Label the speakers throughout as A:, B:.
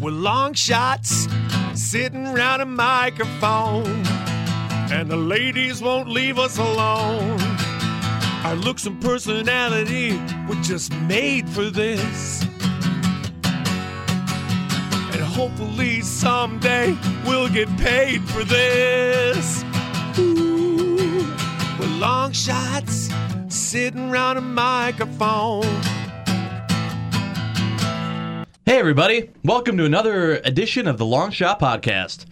A: We're long shots sitting around a microphone, and the ladies won't leave us alone. Our looks and personality were just made for this. And hopefully someday we'll get paid for this. Ooh, we're long shots sitting around a microphone.
B: Hey, everybody. Welcome to another edition of the Long Shot Podcast.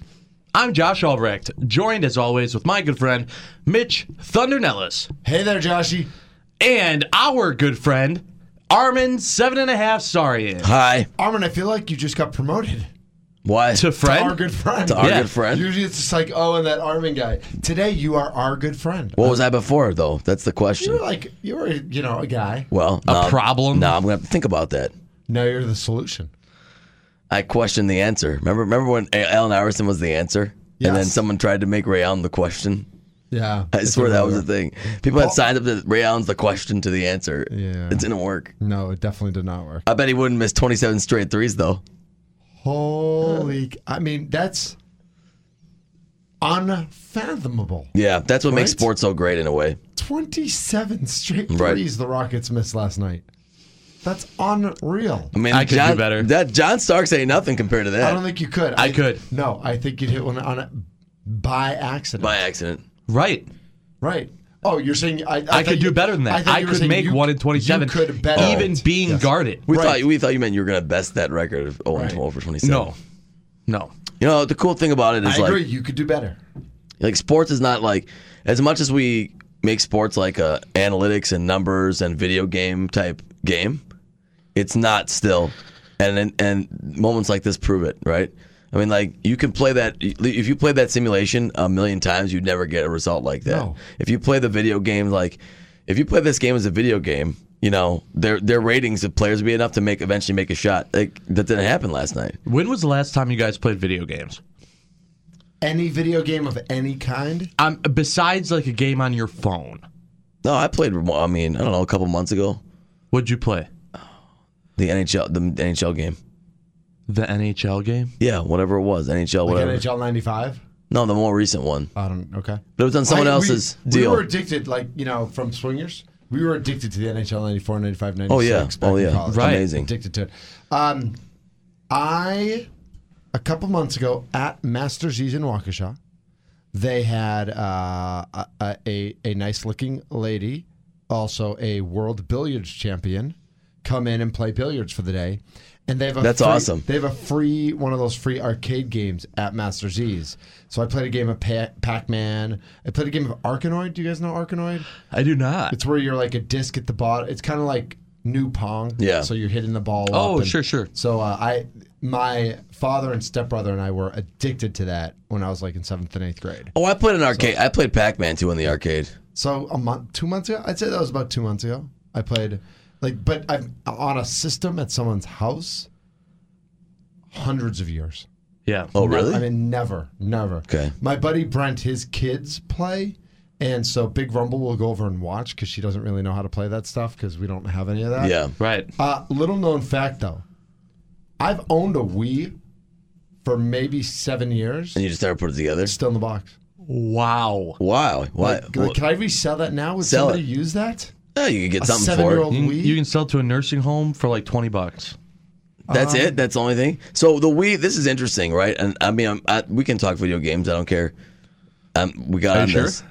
B: I'm Josh Albrecht, joined as always with my good friend, Mitch Thunder Nellis,
C: Hey there, Joshy.
B: and our good friend, Armin Seven and a Half Sarian.
D: Hi.
C: Armin, I feel like you just got promoted.
D: Why?
B: To friend?
C: Our good friend.
D: To our
B: Yeah.
D: good friend.
C: Usually it's just like, oh, and that Armin guy. Today you are our good friend.
D: what was I before, though? That's the question.
C: You're like you're you know a guy.
D: well,
B: A
D: no,
B: problem?
D: No, I'm gonna have to think about that.
C: Now you're the solution.
D: I questioned the answer. Remember, remember when A- Alan Iverson was the answer, and then
C: Yes.
D: someone tried to make Ray Allen the question.
C: Yeah,
D: I
C: It's
D: swear that was the
C: another-
D: thing. People had signed up that Ray Allen's the question to the answer.
C: Yeah.
D: It didn't work.
C: No, it definitely did not work.
D: I bet he wouldn't miss 27 straight threes though.
C: Holy! c- I mean, that's unfathomable.
D: Yeah, that's what makes
C: Right?
D: sports so great in a way.
C: Twenty-seven straight
D: Right.
C: threes the Rockets missed last night. That's unreal.
D: I mean,
B: I could do
D: John,
B: better.
D: That John Starks ain't nothing compared to
C: I
D: that
C: don't think you could.
B: I could.
C: No, I think you'd hit one on a, by accident.
D: by accident.
B: Right.
C: Right. Oh, you're saying I, I,
B: I,
C: thought
B: could
C: you-
B: do better than that.
C: thought
B: I,
C: you were
B: could
C: saying
B: make
C: you-
B: one in 27.
C: You could better
B: Even
C: it.
B: being guarded.
D: We
C: Right.
D: thought we thought you meant you were gonna best that record of 0 and 12 or 27.
B: No. No.
D: You know, the cool thing about it is
C: I
D: like
C: agree. You could do better.
D: like sports is not like as much as we make sports like a analytics and numbers and video game type game, it's not still. And and, and moments like this prove it, right? I mean, like you can play that. If you play that simulation a million times, you'd never get a result like that.
C: No.
D: If you play the video game, like if you play this game as a video game, you know their their ratings of players would be enough to make eventually make a shot. Like that didn't happen last night.
B: When was the last time you guys played video games?
C: Any video game of any kind.
B: Um, besides like a game on your phone,
D: No, I played. I mean, I don't know, a couple months ago,
B: what'd you play?
D: the NHL the NHL game.
B: The NHL game?
D: Yeah, whatever it was, NHL,
C: Like
D: whatever.
C: NHL '95.
D: No, the more recent one.
C: I don't. Okay.
D: But it was on someone
C: I- we-
D: else's deal.
C: We were addicted, like you know, from swingers. We were addicted to the NHL '94, '95, '96.
D: Oh, yeah. Oh, yeah.
B: Right.
D: Amazing.
C: Addicted to it. Um, I a couple months ago at Masters E's in Waukesha, they had uh, a, a a nice looking lady, also a world billiards champion, come in and play billiards for the day. And they have a
D: That's
C: free-
D: awesome.
C: They have a free one of those free arcade games at Masters E's. So I played a game of pa- Pac Man. I played a game of Arkanoid. Do you guys know Arkanoid?
B: I do not.
C: It's where you're like a disc at the bottom. It's kind of like new pong.
D: Yeah.
C: So you're hitting the ball.
B: Oh,
C: up and-
B: sure, sure.
C: So uh, I, my father and stepbrother and I were addicted to that when I was like in seventh and eighth grade.
D: oh, I played an arcade. I played Pac Man too in the arcade.
C: So a month, two months ago, I'd say that was about two months ago. I played, like, but I'm on a system at someone's house. Hundreds of years.
B: yeah.
D: Oh,
C: No,
D: really?
C: I mean, never, never.
D: Okay.
C: My buddy Brent, his kids play, and so Big Rumble will go over and watch because she doesn't really know how to play that stuff because we don't have any of that.
D: yeah.
B: Right.
C: Uh, little known fact though, I've owned a Wii for maybe seven years.
D: And you just never put it together?
C: It's still in the box.
B: Wow.
D: Wow. Why?
C: Like, like, can I resell that now? Would
D: Sell
C: somebody
D: it.
C: use that?
D: yeah, you could get
C: A
D: something for it.
C: seven-year-old
B: You can,
C: Wii.
B: you can sell it to a nursing home for like 20 bucks.
D: That's
B: Um,
D: it. That's the only thing. So the Wii. This is interesting, right? And I mean, I'm, I, we can talk video games. I don't care. Um, we got
B: Are you
D: on
B: sure?
D: this.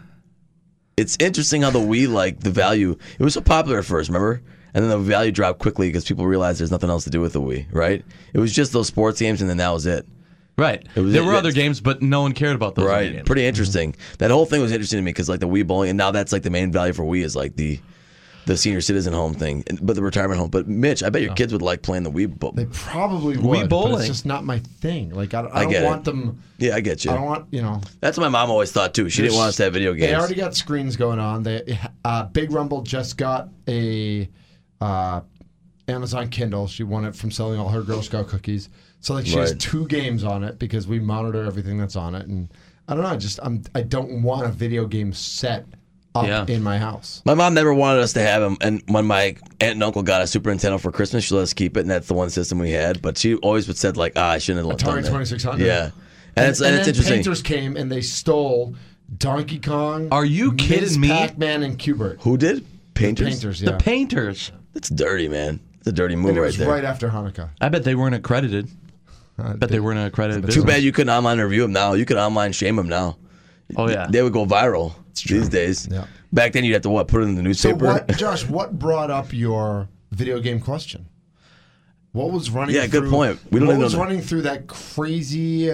D: It's interesting how the Wii, like the value, it was so popular at first, remember? And then the value dropped quickly because people realized there's nothing else to do with the Wii, right? It was just those sports games, and then that was it.
B: Right.
D: was-
B: there were
D: yeah.
B: other games, but no one cared about those. other
D: Right.
B: games. Mm-hmm.
D: Pretty interesting. That whole thing was interesting to me because like the Wii bowling, and now that's like the main value for Wii is like the the senior citizen home thing, and- but the retirement home. But Mitch, I bet
B: Oh.
D: your kids would like playing the Wii. Bo-
C: They probably would. but
B: bowling.
C: it's just not my thing. Like I, don't-
D: I
C: I
D: get
C: don't
D: it.
C: want them.
D: yeah, I get you.
C: I don't want you know.
D: That's what my mom always thought too. She didn't want us to have video games.
C: They already got screens going on. They uh, Big Rumble just got a uh, Amazon Kindle. She won it from selling all her Girl Scout cookies. So like she has
D: Right.
C: two games on it because we monitor everything that's on it. And I don't know. I just I'm I don't want a video game set up
B: Yeah.
C: in my house.
D: My mom never wanted us to have them, and when my aunt and uncle got a Super Nintendo for Christmas, she let us keep it, and that's the one system we had. But she always would said like, "Ah, I shouldn't have
C: Atari
D: left
C: twenty six hundred.
D: Yeah, and, it's and, it's
C: then
D: interesting.
C: Painters came and they stole Donkey Kong.
B: Are you kidding me?
C: Pac Man and Cubert.
D: Who did painters?
C: Painters.
B: The
C: Yeah.
B: painters.
D: That's dirty, man. It's a dirty move
C: And it
D: right
C: was
D: there.
C: right after Hanukkah. Uh,
B: I bet they weren't accredited. I bet they weren't an accredited.
D: Too
B: business.
D: bad you couldn't online review them now. You could online shame them now.
B: Oh yeah.
D: They would go viral these days.
C: Yeah.
D: Back then, you'd have to what? Put it in the
C: So
D: newspaper.
C: what, Josh? What brought up your video game question? What was running?
D: Yeah, good
C: through-
D: point. We don't
C: what
D: even
C: was
D: know that.
C: running through that crazy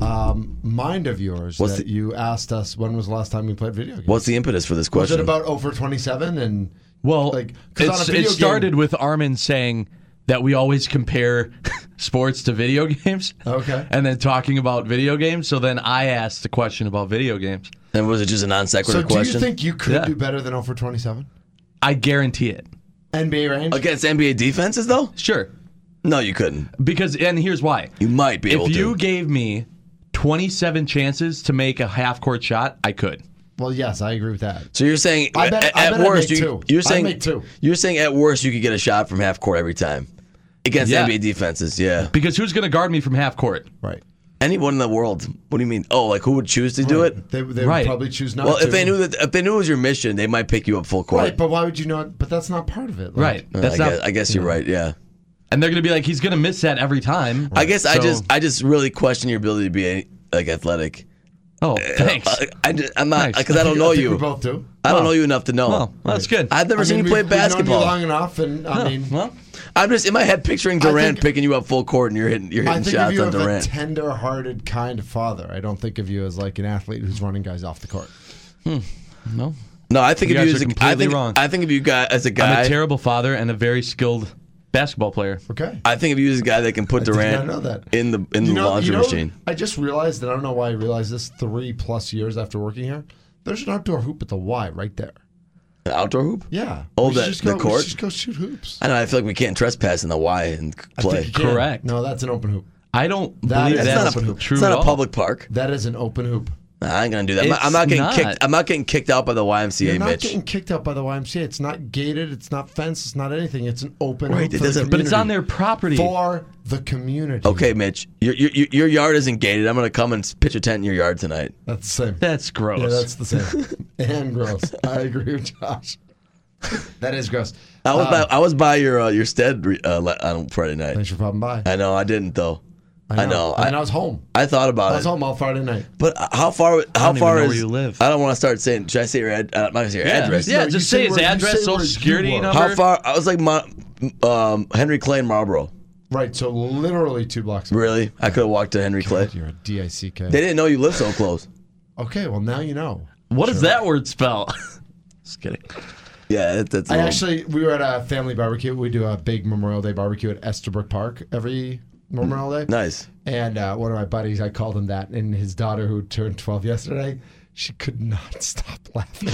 C: um, mind of yours
D: What's
C: that
D: the-
C: you asked us when was the last time we played video games?
D: What's the impetus for this
C: was
D: question?
C: it about over twenty seven and?
B: Well,
C: Like, 'cause on a
B: it's,
C: video
B: it
C: game-
B: started with Armin saying that we always compare sports to video games.
C: Okay.
B: And then talking about video games. So then I asked the question about video games.
D: and was it just a non sequitur
C: So do
D: question
C: you think you could
B: Yeah.
C: do better than over twenty seven?
B: I guarantee it.
C: NBA range.
D: against NBA defenses? Though
B: Sure.
D: no, you couldn't.
B: Because, and here's why.
D: You might be able
B: If you
D: to.
B: gave me 27 chances to make a half court shot, I could.
C: Well, yes, I agree with that.
D: So you're saying
C: I bet-
D: at,
C: I
D: at
C: bet I
D: worst
C: make
D: you,
C: two.
D: you're
C: I
D: saying
C: make two.
D: you're saying at worst you could get a shot from half court every time against
B: Yeah.
D: NBA defenses. Yeah.
B: Because who's going to guard me from half court?
C: Right.
D: Anyone in the world. What do you mean? Oh, like who would choose to do it?
C: They, they
B: Right.
C: would probably choose not
D: Well,
C: to.
D: if they knew that if they knew it was your mission, they might pick you up full court.
C: Right, but why would you not? But that's not part of it. like-
B: Right.
D: Uh,
B: That's
D: I
B: not.
D: guess, I guess you're right. Yeah.
B: and they're going to be like, he's going to miss that every time.
D: I guess I
B: So-
D: just I just really question your ability to be like athletic.
B: Oh,
D: uh,
B: thanks.
D: I, I just, I'm not
B: Nice.
D: because I don't know
C: I think
D: you.
C: We both do.
D: I don't know you enough to know.
B: well, that's good.
D: I've never
C: I
D: seen
C: mean,
D: you play
C: we've- we've known
D: basketball.
C: long enough, and I mean,
B: well,
D: I'm just in my head picturing
C: think-
D: Durant picking you up full court and you're hitting you're
C: I
D: hitting
C: think of
D: shots
C: you
D: on
C: as a
D: Durant.
C: tender-hearted kind of father. I don't think of you as like an athlete who's running guys off the court.
B: no.
D: no, I think
B: You
D: of you
B: guys
D: as
B: are
D: a, I
B: completely
D: think
B: wrong.
D: I think of you guy as a
B: I'm
D: guy.
B: a terrible father and a very skilled basketball player.
C: Okay.
D: I think of you as a guy that can put
C: did
D: Durant
C: not know that.
D: in the in the laundry machine.
C: I just realized, and I don't know why I realized this three plus years after working here. There's an outdoor hoop at the Y right there.
D: An outdoor hoop.
C: Yeah.
D: Oh,
C: We should
D: the-
C: just
D: the
C: go, we should
D: court?
C: just go shoot hoops.
D: I know. I feel like we can't trespass in the Y and c-
C: I think
D: play.
C: you can.
B: Correct.
C: No, that's an open hoop.
B: I don't
C: That
B: believe
C: is-
D: It's
C: That's
B: that's
D: not a,
B: true
D: it's not
B: at
D: a
B: all.
D: public park.
C: That is an open hoop.
D: Nah, I ain't gonna do that. I'm not, I'm
B: It's
D: not getting kicked.
B: not.
D: I'm not getting kicked out by the YMCA,
C: You're not
D: Mitch.
C: getting kicked out by the YMCA. It's not gated. It's not fenced. It's not anything. It's an open
D: Right,
C: hoop. for
D: it
C: the
D: doesn't- but
B: But it's on their
C: community.
B: property.
C: for the community.
D: Okay, Mitch, your, your your yard isn't gated. I'm gonna come and s- pitch a tent in your yard tonight.
C: That's the same.
B: That's gross.
C: Yeah, that's the same. and gross. I agree with Josh. That is gross.
D: I was by I was by your uh, your stead re- uh, la- on Friday night.
C: Thanks for popping by.
D: I know I didn't though. I know.
C: And I
D: I,
C: was home.
D: I thought
C: I
D: about
C: was
D: it,
C: home all Friday night.
D: but how far? How
B: even
D: far
B: know
D: is?
B: where you live.
D: I don't want to start saying. Should I say your? Ad, uh, I'm not gonna say your address.
B: Yeah,
C: No, you
B: just say his
C: where- you
B: address,
C: say
B: social
C: where you
B: security
C: were.
B: number.
D: How far? I was like my, um, Henry Clay in Marlboro.
C: Right, so literally two blocks.
D: Really? I could have walked to Henry Clay.
C: God, You're a D-I-C-K.
D: They didn't know you lived so close.
C: okay, well, now you know.
B: What does that word spell? just kidding.
D: Yeah, that, that's. a
C: I
D: little-
C: actually, we were at a family barbecue. We do a big Memorial Day barbecue at Esterbrook Park every Memorial Day.
D: nice.
C: And uh, one of my buddies, I called him that, and his daughter, who turned 12 yesterday, she could not stop laughing.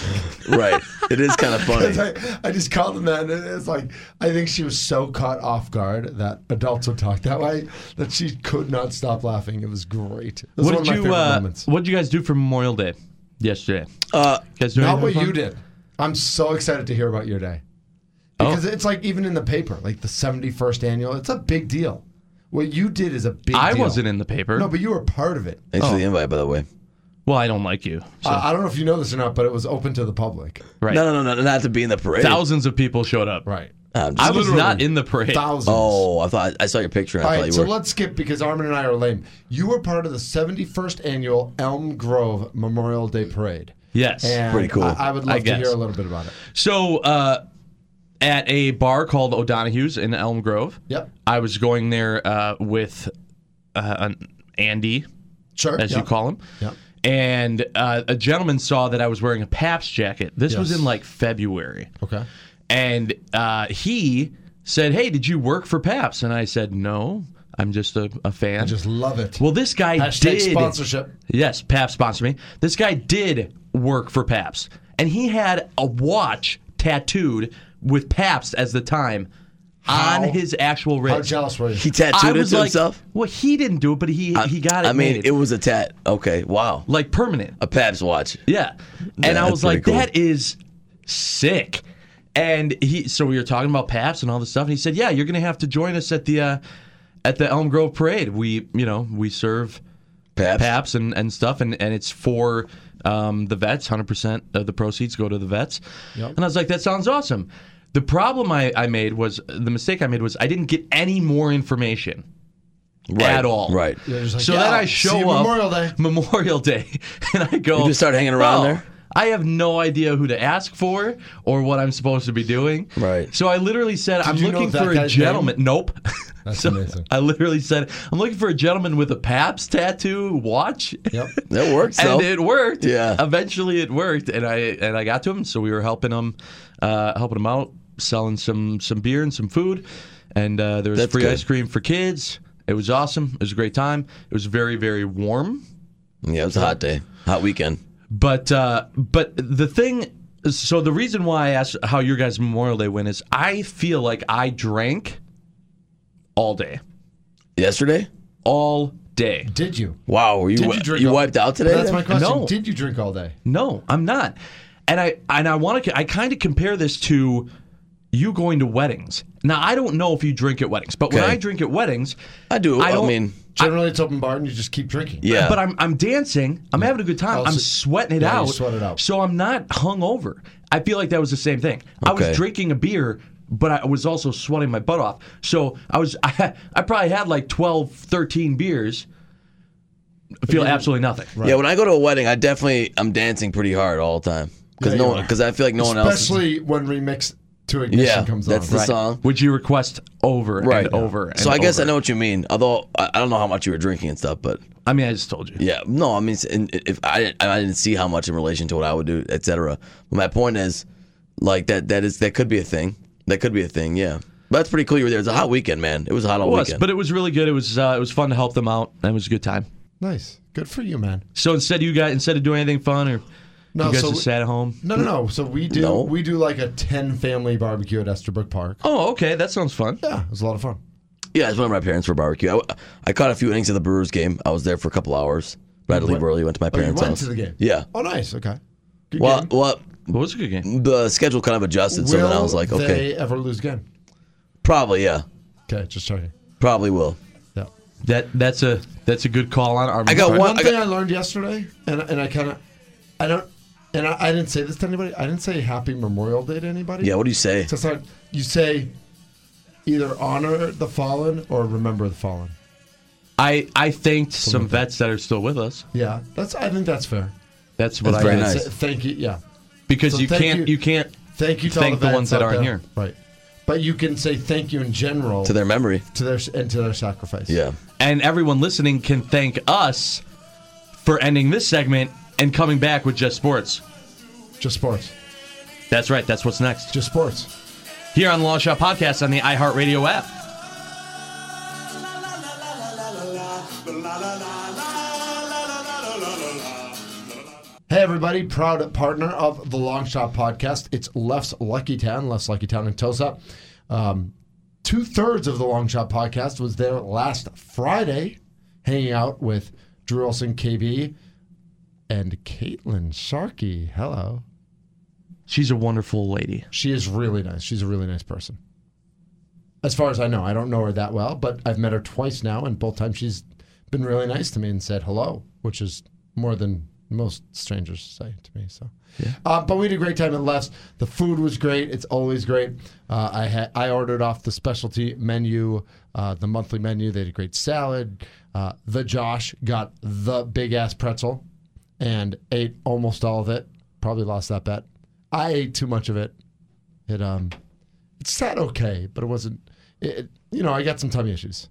D: Right. It is kind of funny.
C: I, I just called him that, and it's like, I think she was so caught off guard that adults would talk that way that she could not stop laughing. It was great. It was
B: What did
C: one of my
B: you
C: favorite
B: uh,
C: moments.
B: What did you guys do for Memorial Day yesterday?
D: Uh,
B: You guys do
C: Not
B: anything
C: what
B: fun?
C: you did. I'm so excited to hear about your day.
B: Oh.
C: Because it's like even in the paper, like the 71st annual, it's a big deal. What you did is a big
B: I
C: deal.
B: wasn't in the paper.
C: No, but you were part of it.
D: thanks for the invite, by the way.
B: well, I don't like you. So.
C: I, I don't know if you know this or not, but it was open to the public.
B: right.
D: No, no, no, no, not to be in the parade.
B: Thousands of people showed up.
C: Right.
D: I'm just-
B: I was
C: Literally.
B: not in the parade.
C: Thousands.
D: oh, I thought I saw your picture. And
C: All
D: I thought
C: right,
D: you
C: so
D: were.
C: let's skip because Armin and I are lame. You were part of the 71st annual Elm Grove Memorial Day Parade.
B: Yes.
C: And
D: Pretty cool.
C: I, I would
B: I
C: love to
B: guess.
C: hear a little bit about it.
B: So, uh, at a bar called O'Donohue's in Elm Grove,
C: Yep.
B: I was going there uh, with uh, an Andy,
C: Sure.
B: as you
C: Yep.
B: call him.
C: Yep.
B: And uh, a gentleman saw that I was wearing a Pabst jacket. This was
C: Yes.
B: in like February.
C: Okay.
B: And uh, he said, Hey, did you work for PAPS? And I said, No, I'm just a, a fan.
C: I just love it.
B: well, this guy
C: Hashtag
B: did.
C: sponsorship.
B: Yes, PAPS sponsored me. This guy did work for PAPS. And he had a watch tattooed with PAPS as the time
C: How-
B: on his actual
C: How
B: wrist.
C: jealous were you?
D: He tattooed
B: I
D: it
B: was
D: to
B: like,
D: himself.
B: well, he didn't do it, but he he got it.
D: I mean,
B: made.
D: it was a tat. Okay, wow.
B: like permanent.
D: A Pabst watch.
B: Yeah. And I
D: that's
B: was like,
D: pretty cool.
B: that is sick. And he, so we were talking about Paps and all this stuff, and he said, "Yeah, you're gonna have to join us at the uh, at the Elm Grove Parade. We, you know, we serve
D: Pabst.
B: Paps and, and stuff, and, and it's for um, the vets. 100% of the proceeds go to the vets. And I was like, that sounds awesome. The problem I, I made was the mistake I made was I didn't get any more information
D: Right,
B: at all.
D: Right.
C: They're just like,
B: So
C: yeah,
B: then I
C: see
B: show
C: you
B: up
C: Memorial Day.
B: Memorial Day, and I go.
D: You just start hanging around
B: "Oh,
D: there?"
B: I have no idea who to ask for or what I'm supposed to be doing.
D: Right.
B: So I literally said, "I'm
C: you know
B: looking
C: that
B: for a
C: guy's
B: gentleman." Nope.
C: That's
B: So
C: amazing.
B: I literally said, "I'm looking for a gentleman with a Paps tattoo watch."
C: Yep.
D: That works though.
B: And it worked.
D: Yeah.
B: Eventually, it worked, and I and I got to him. So we were helping him, uh, helping him out, selling some some beer and some food, and uh, there was
D: That's
B: free
D: good.
B: ice cream for kids. It was awesome. It was a great time. It was very very warm,
D: Yeah, it was a hot day. Hot weekend.
B: but uh, but the thing. So the reason why I asked how your guys' Memorial Day went is I feel like I drank all day,
D: Yesterday?
B: all day.
C: Did you?
D: Wow, were you
C: Did
D: wi-
C: you drink
D: you
C: all-
D: wiped out today?
C: That's my
D: then?
C: question.
B: No.
C: Did you drink all day?
B: No, I'm not. And I and I want to. I kind of compare this to you going to weddings. Now I don't know if you drink at weddings, but when
D: Okay.
B: I drink at weddings,
D: I do.
B: I
D: I,
B: don't-
D: mean,
C: Generally, it's open bar and you just keep drinking.
D: yeah.
B: but I'm I'm dancing. I'm having a good time.
C: Oh,
B: I'm
C: so-
B: sweating it
C: yeah,
B: out.
C: you sweat it out.
B: So I'm not hungover. I feel like that was the same thing. I
D: Okay.
B: was drinking a beer. But I was also sweating my butt off. So I was, I, I probably had like 12, 13 beers. Feel absolutely nothing.
D: Yeah, when I go to a wedding, I definitely I'm dancing pretty hard all the time because
C: Yeah,
D: no
C: you
D: one
C: are.
D: because I feel like no one else. is-
C: Especially when remix to ignition
D: yeah,
C: comes
D: that's
C: on.
D: the song.
B: Would you request over
D: Right
B: and over? And
D: So I guess
B: over?
D: I know what you mean. Although I, I don't know how much you were drinking and stuff, but
B: I mean, I just told you.
D: yeah, no, I mean it's- and if I didn't, I didn't see how much in relation to what I would do, etc. But my point is, like that that is that could be a thing. That could be a thing. Yeah, but that's pretty cool. You were there. It's a hot weekend, man. It was a hot all
B: was,
D: weekend.
B: but it was really good. It was uh, it was fun to help them out, and it was a good time.
C: Nice. Good for you, man.
B: So instead, you guys instead of doing anything fun or
C: No,
D: Oh,
B: you guys
C: so
B: just
C: we-
B: sat at home.
C: No, no, no. So we do
D: No.
C: we do like a ten family barbecue at Esterbrook Park.
B: Oh, okay, that sounds fun.
C: Yeah, it was a lot of fun.
D: yeah, I was with my parents for barbecue. I, I caught a few innings of the Brewers game. I was there for a couple hours, but I had to leave
C: went-
D: early. Went to my
C: Oh, you
D: parents'
C: went
D: house.
C: to the game.
D: Yeah.
C: Oh, nice. Okay. Good
D: Well,
C: game.
D: well,
B: What was a good game?
D: the schedule kind of adjusted, so then I
C: Will
D: was like, okay,
C: they ever lose again?
D: probably, yeah,
C: Okay, just checking.
D: probably will.
C: Yeah.
B: That that's a that's a good call on our.
D: I got
C: One
D: I
C: thing I learned yesterday, and and I kind of, I don't, and I, I didn't say this to anybody. I didn't say Happy Memorial Day to anybody.
D: Yeah, what do you say?
C: So it's not, you say either honor the fallen or remember the fallen.
B: I I thanked some vets that are still with us.
C: Yeah, that's. I think that's fair.
B: That's what
D: That's
B: I
D: very
B: did.
D: nice.
C: Say- Thank you. Yeah.
B: because
C: So
B: you
C: thank
B: can't
C: you.
B: you can't
C: Thank you to all
B: Thank the
C: vets
B: ones that
C: out
B: aren't
C: there.
B: here.
C: Right. But you can say thank you in general
D: To their memory.
C: to their and to their sacrifice.
D: Yeah.
B: and everyone listening can thank us for ending this segment and coming back with just sports.
C: Just sports.
B: That's right. That's what's next
C: Just sports.
B: here on the Long Shot Podcast on the iHeartRadio app.
C: Hey everybody, proud partner of the Long Shot Podcast. It's Left's Lucky Town, Left's Lucky Town in Tulsa. Um, Two thirds of the Long Shot Podcast was there last Friday, hanging out with Drew Olson, KB, and Caitlin Sharkey. Hello.
B: She's a wonderful lady.
C: She is really nice. She's a really nice person. As far as I know, I don't know her that well, but I've met her twice now, and both times she's been really nice to me and said hello, which is more than most strangers say to me. So, uh, but we had a great time at Left's. The food was great. It's always great. Uh, I had I ordered off the specialty menu, uh, the monthly menu. They had a great salad. Uh, the Josh got the big ass pretzel and ate almost all of it. Probably lost that bet. I ate too much of it. It um, it sat okay, but it wasn't. It, it- you know, I got some tummy issues.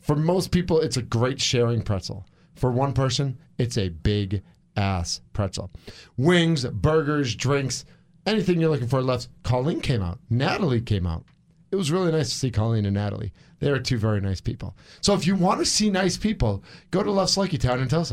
C: For most people, it's a great sharing pretzel. For one person, it's a big ass pretzel. Wings, burgers, drinks, anything you're looking for left. Colleen came out. Natalie came out. It was really nice to see Colleen and Natalie. They are two very nice people. So if you want to see nice people, go to Left Lucky Town and tell us.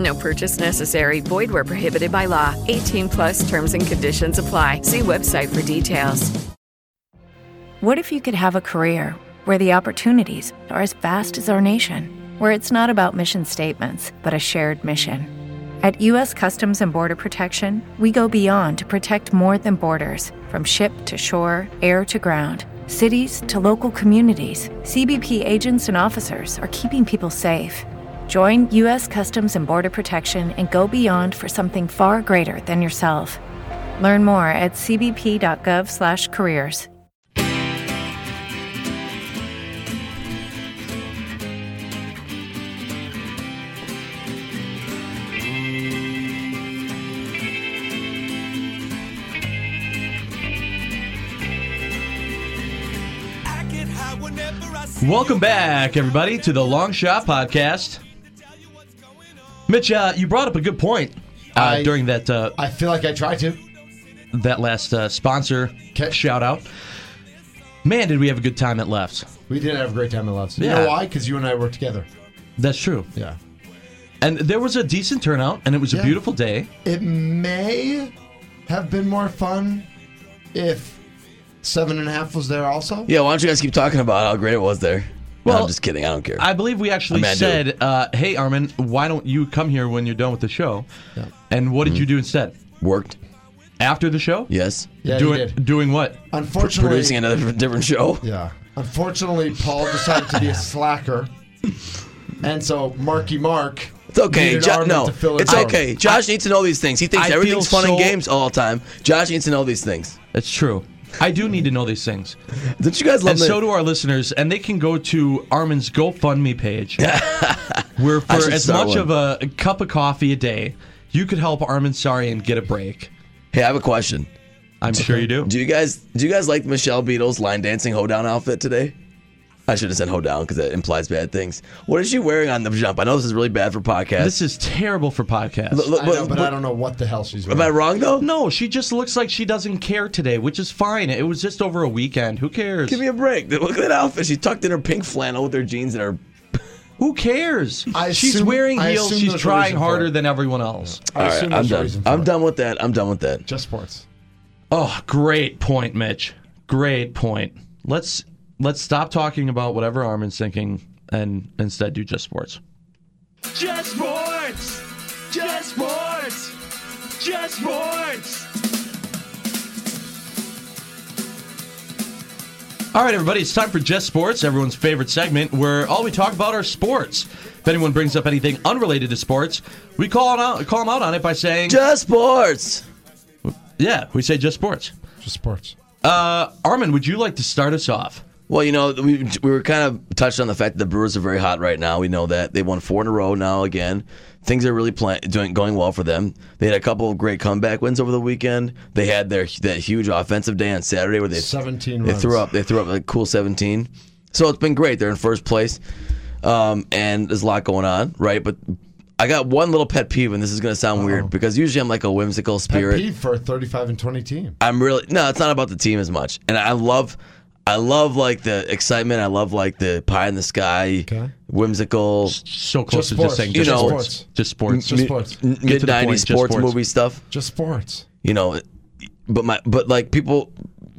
E: No purchase necessary. Void where prohibited by law. 18 plus terms and conditions apply. See website for details.
F: What if you could have a career where the opportunities are as vast as our nation, where it's not about mission statements, but a shared mission? At U.S. Customs and Border Protection, we go beyond to protect more than borders from ship to shore, air to ground. Cities to local communities, CBP agents and officers are keeping people safe. Join U.S. Customs and Border Protection and go beyond for something far greater than yourself. Learn more at cbp.gov/careers.
B: Welcome back, everybody, to the Long Shot Podcast. Mitch, uh, you brought up a good point uh,
C: I-
B: during that uh,
C: I feel like I tried to.
B: that last uh, sponsor
C: Okay.
B: shout out. Man, did we have a good time at Left?
C: We did have a great time at Love's. You
B: Yeah.
C: know why? Because you and I were together.
B: That's true.
C: Yeah.
B: And there was a decent turnout, and it was a
C: Yeah.
B: beautiful day.
C: It may have been more fun if seven and a half was there also.
D: Yeah, why don't you guys keep talking about how great it was there? Well,
B: Well,
D: I'm just kidding. I don't care.
B: I believe we actually
D: I mean, I do.
B: said, uh, "Hey, Armin, why don't you come here when you're done with the show?"
C: Yeah.
B: And what did you do instead?
D: Worked.
B: After the show?
D: Yes.
C: Yeah,
B: doing
C: you did.
B: doing what?
C: Unfortunately,
D: Producing another different show.
C: Yeah. Unfortunately, Paul decided to be a slacker. And so Marky Mark.
D: It's okay.
C: needed
D: Jo-
C: Armin
D: no,
C: to fill
D: it's
C: out.
D: okay. Josh needs to know these things. He thinks
B: I
D: everything's
B: feel
D: fun and
B: so-
D: games all the time. Josh needs to know these things.
B: That's true. I do need to know these things.
D: Didn't you guys love
B: And
D: that?
B: so do our listeners, and they can go to Armin's GoFundMe page, where
D: I
B: for
D: should
B: as
D: start
B: much
D: one.
B: of a, a cup of coffee a day, you could help Armin Sarian get a break.
D: hey, I have a question.
B: I'm sure you do.
D: Do you guys do you guys like Michelle Beadle's line dancing hoedown outfit today? I should have said hoedown because that implies bad things. What is she wearing on the jump? I know this is really bad for podcasts.
B: This is terrible for podcasts.
D: Look, look,
C: I know,
D: look,
C: but I don't know what the hell she's
D: am I
C: wearing.
D: wrong though?
B: no, she just looks like she doesn't care today, which is fine. It was just over a weekend. Who cares?
D: Give me a break. Look at that outfit. She tucked in her pink flannel with her jeans and her.
B: Who cares?
C: I
B: She's
C: assume-
B: wearing
C: I
B: heels.
C: assume
B: She's
C: there's a
B: trying
C: reason for
B: harder
C: it.
B: than everyone else.
C: I
D: All
C: assume
D: right,
C: there's
D: I'm
C: a
D: done.
C: reason for
D: I'm
C: it.
D: done with that. I'm done with that.
C: Just sports.
B: Oh, great point, Mitch. Great point. Let's let's stop talking about whatever Armin's thinking and instead do just sports.
A: Just sports! Just sports! Just sports!
B: All right, everybody, it's time for Just Sports, everyone's favorite segment, where all we talk about are sports. If anyone brings up anything unrelated to sports, we call it out, call them out on it by saying,
D: Just sports.
B: "Yeah, we say just sports."
C: Just sports.
B: Uh, Armin, would you like to start us off?
D: Well, you know, we, we were kind of touched on the fact that the Brewers are very hot right now. We know that they won four in a row now. Again, things are really plan- doing going well for them. They had a couple of great comeback wins over the weekend. They had their that huge offensive day on Saturday where they
C: 17
D: they
C: runs.
D: threw up they threw up a cool seventeen. So it's been great. They're in first place, um, and there's a lot going on, right? But I got one little pet peeve, and this is going to sound weird because usually I'm like a whimsical
C: Pet
D: spirit.
C: peeve for a 35 and 20 team.
D: I'm really no, it's not about the team as much. And I love I love like the excitement. I love like the pie in the sky,
C: Okay.
D: whimsical
B: So close
C: Just
B: to
C: sports.
B: just saying
D: You
B: just
D: know-
B: sports. Just sports.
C: Just sports.
D: mid
B: to the point,
D: nineties
B: just
D: sports,
B: sports.
D: movie stuff.
C: Just sports.
D: You know, but my but like people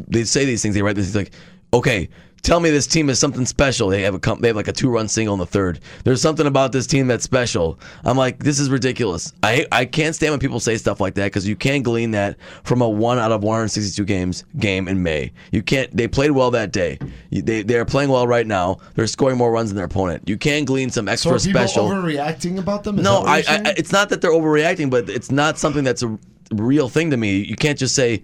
D: they say these things, they write these things like, Okay, tell me this team is something special. They have a com- they have like a two run single in the third. There's something about this team that's special. I'm like, this is ridiculous. I I can't stand when people say stuff like that because you can't glean that from a one out of 162 games game in May. You can't. They played well that day. You- They they are playing well right now. They're scoring more runs than their opponent. You can glean some
C: So
D: extra
C: are people
D: special.
C: overreacting about them? Is
D: No,
C: that what
D: I,
C: you're
D: I,
C: saying?
D: it's not that they're overreacting, but it's not something that's a real thing to me. You can't just say,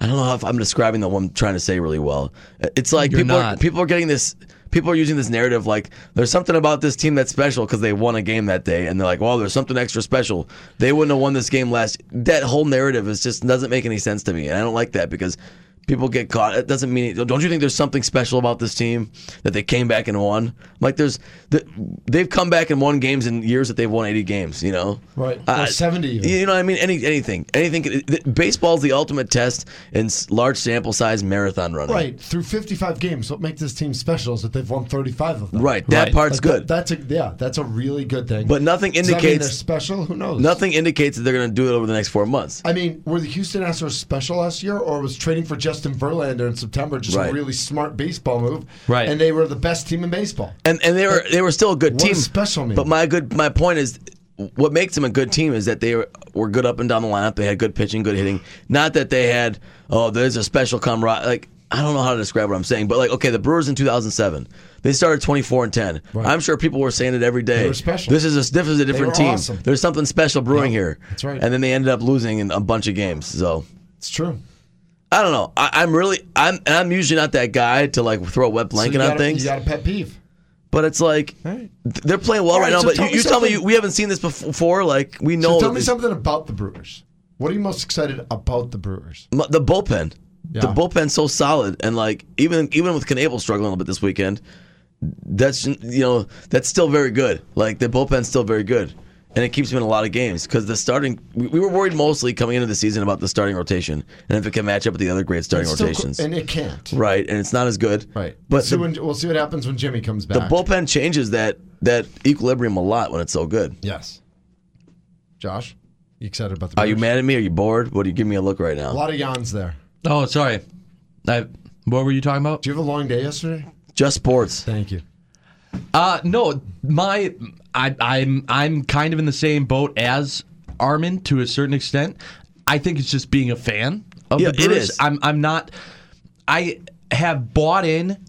D: I don't know if I'm describing the one I'm trying to say really well. It's like
B: You're
D: people are,
B: not.
D: people are getting this people are using this narrative like there's something about this team that's special because they won a game that day, and they're like, "Well, there's something extra special. They wouldn't have won this game last." That whole narrative is just doesn't make any sense to me, and I don't like that because people get caught. It doesn't mean. Don't you think there's something special about this team that they came back and won? Like there's, th- they've come back and won games in years that they've won 80 games. You know,
C: Right.
D: Uh,
C: Or 70 even.
D: You know what I mean? Any anything, anything. th- Baseball's the ultimate test in s- large sample size marathon running.
C: Right. Through 55 games, what makes this team special is that they've won 35 of them.
D: Right. That
B: Right.
D: part's
C: Like,
D: good.
C: That's a yeah. That's a really good thing.
D: But nothing
C: Does that mean
D: indicates-
C: they're special. Who knows?
D: Nothing indicates that they're going to do it over the next four months.
C: I mean, were the Houston Astros special last year, or was trading for Justin Verlander in September just
D: Right.
C: a really smart baseball move?
B: Right.
C: And they were the best team in baseball.
D: And and they were they were still a good
C: What
D: team.
C: does special mean?
D: But my good my point is, what makes them a good team is that they were, were good up and down the lineup. They had good pitching, good hitting. Not that they had oh, there's a special camaraderie. Like I don't know how to describe what I'm saying, but like okay, the Brewers in 2007. They started 24 and 10. I'm sure people were saying it every day.
C: were special.
D: This is a this is a different
C: were
D: team.
C: awesome.
D: There's something special brewing here.
C: that's right.
D: And then they ended up losing in a bunch of games. So
C: It's true.
D: I don't know. I, I'm really I'm and I'm usually not that guy to like throw a wet
C: Like
D: blanket on things.
C: You got a pet peeve.
D: But it's like th- they're playing well
C: All
D: right,
C: right,
D: now.
C: so
D: but
C: tell
D: you,
C: me
D: you tell me
C: something.
D: you, we haven't seen this bef- before. Like we know
C: so tell me
D: this-
C: something about the Brewers. What are you most excited about the Brewers?
D: m- the bullpen. The
C: Yeah.
D: bullpen's so solid, and like even even with Knable struggling a little bit this weekend, that's you know that's still very good. Like the bullpen's still very good, and it keeps him in a lot of games because the starting we, we were worried mostly coming into the season about the starting rotation and if it can match up with the other great starting
C: It's still-
D: rotations,
C: and it can't.
D: right? And it's not as good,
C: Right.
D: But
C: so
D: the-
C: when, we'll see what happens when Jimmy comes
D: the
C: back.
D: bullpen changes that that equilibrium a lot when it's so good.
C: Yes. Josh, you excited about the?
D: Are you
C: Brewers?
D: mad at me? Are you bored? What do you give me a look right
C: A
D: now?
C: lot of yawns there.
B: Oh, sorry. I, what were you talking about?
C: Do you have a long day yesterday?
D: Just sports.
C: Thank you.
B: Uh, no, my I, I'm I'm kind of in the same boat as Armin to a certain extent. I think it's just being a fan of
D: Yeah,
B: the
D: it
B: Brewers.
D: is.
B: I'm I'm not. I have bought in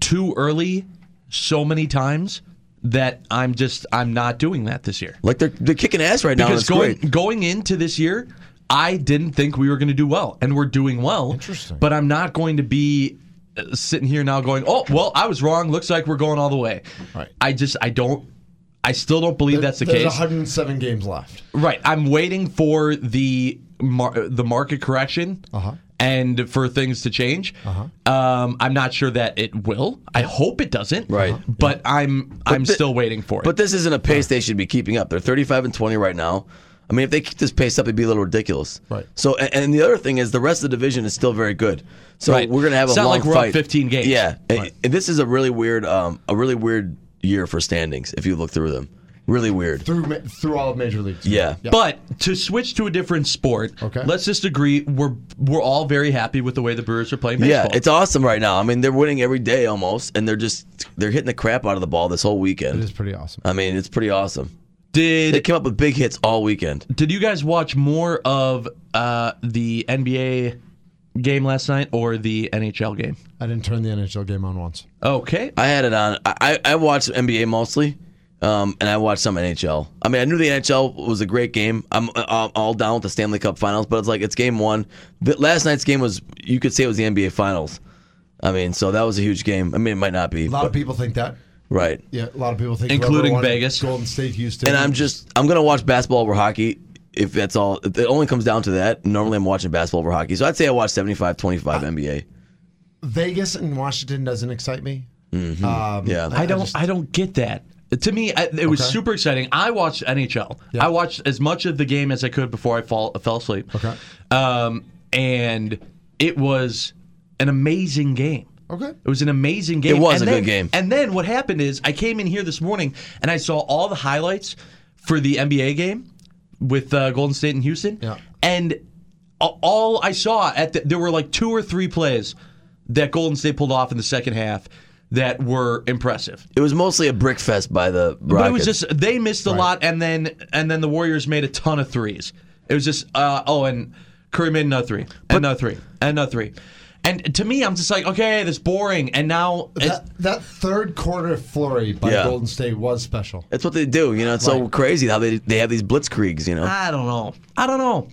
B: too early so many times that I'm just I'm not doing that this year.
D: Like they're they're kicking ass right now. and
B: Because
D: it's
B: going
D: great.
B: going into this year, I didn't think we were going to do well, and we're doing well.
C: Interesting.
B: But I'm not going to be uh, sitting here now going, "Oh, well, I was wrong. Looks like we're going all the way."
C: Right.
B: I just I don't. I still don't believe that's the
C: There's
B: case.
C: 107 games left.
B: Right. I'm waiting for the mar- the market correction.
C: Uh-huh.
B: And for things to change, uh-huh. um, I'm not sure that it will. I hope it doesn't.
D: Right.
B: But I'm I'm
D: thi-
B: still waiting for it.
D: But this isn't a pace they should be keeping up. They're 35 and 20 right now. I mean, if they keep this pace up, it'd be a little ridiculous.
C: Right.
D: So, and, and the other thing is, the rest of the division is still very good. So
B: Right.
D: we're gonna have
B: It's
D: a
B: not
D: long
B: like we're up
D: fight.
B: 15 games.
D: Yeah. And- and this is a really weird, um, a really weird year for standings if you look through them. Really weird.
C: Through ma- through all of major leagues.
D: Yeah.
B: But to switch to a different sport,
C: Okay.
B: let's just agree we're we're all very happy with the way the Brewers are playing
D: Yeah,
B: baseball.
D: it's awesome right now. I mean, they're winning every day almost, and they're just they're hitting the crap out of the ball this whole
C: It
D: weekend.
C: is pretty awesome.
D: I mean, it's pretty awesome. They
B: did
D: came up with big hits all weekend.
B: did you guys watch more of uh, the NBA game last night or the NHL game?
C: I didn't turn the NHL game on once.
B: Okay.
D: I had it on. I, I I watched NBA mostly, um, and I watched some NHL. I mean, I knew the NHL was a great game. I'm, i all down with the Stanley Cup Finals, but it's like it's game one. The, last night's game was you could say it was the NBA Finals. I mean, so that was a huge game. I mean, it might not be
C: A lot of
D: but-
C: people think that.
D: right.
C: Yeah, a lot of people think.
B: Including
C: whoever won
B: Vegas.
C: Golden State, Houston.
D: And I'm just I'm gonna watch basketball over hockey. If that's all, if it only comes down to that. Normally, I'm watching basketball over hockey, so I'd say I watch 75, 25 NBA.
C: Vegas and Washington doesn't excite me. Um,
D: Mm-hmm. Yeah,
B: I don't. I don't get that. To me, I, it was
C: Okay.
B: super exciting. I watched NHL.
C: Yeah.
B: I watched as much of the game as I could before I fall, fell asleep.
C: Okay.
B: Um, and it was an amazing game.
C: Okay.
B: It was an amazing game.
D: It was
B: And
D: a good
B: then-
D: game.
B: And then what happened is I came in here this morning and I saw all the highlights for the NBA game with uh, Golden State and Houston.
C: Yeah.
B: And a- all I saw at the, there were like two or three plays that Golden State pulled off in the second half that were impressive.
D: It was mostly a brick fest by the Rockets.
B: But it was just they missed a lot, and then and then the Warriors made a ton of threes. It was just uh, oh, and Curry made another three, and another three, and another three. And to me, I'm just like, okay, that's boring. And now, it's-
C: that, that third quarter flurry by
D: Yeah.
C: Golden State was special.
D: That's what they do. You know, it's so crazy how they they have these blitzkriegs. You know,
C: Ah.
B: I don't know. I don't know.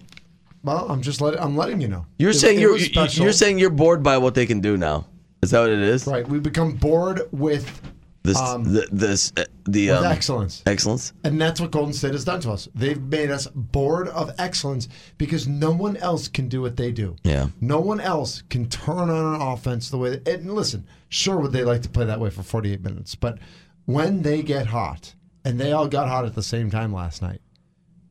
C: Well, I'm just letting I'm letting you know.
D: you're
C: It-
D: saying
C: it
D: you're
C: was
D: you-
C: special.
D: you're saying you're bored by what they can do now. Is that what it is?
C: Right. We become bored with
D: This,
C: Um,
D: the, this, uh, the
C: with
D: um,
C: excellence.
D: excellence.
C: And that's what Golden State has done to us. They've made us bored of excellence because no one else can do what they do.
D: Yeah.
C: No one else can turn on an offense the way. And listen, sure would they like to play that way for 48 minutes, but when they get hot, and they all got hot at the same time last night,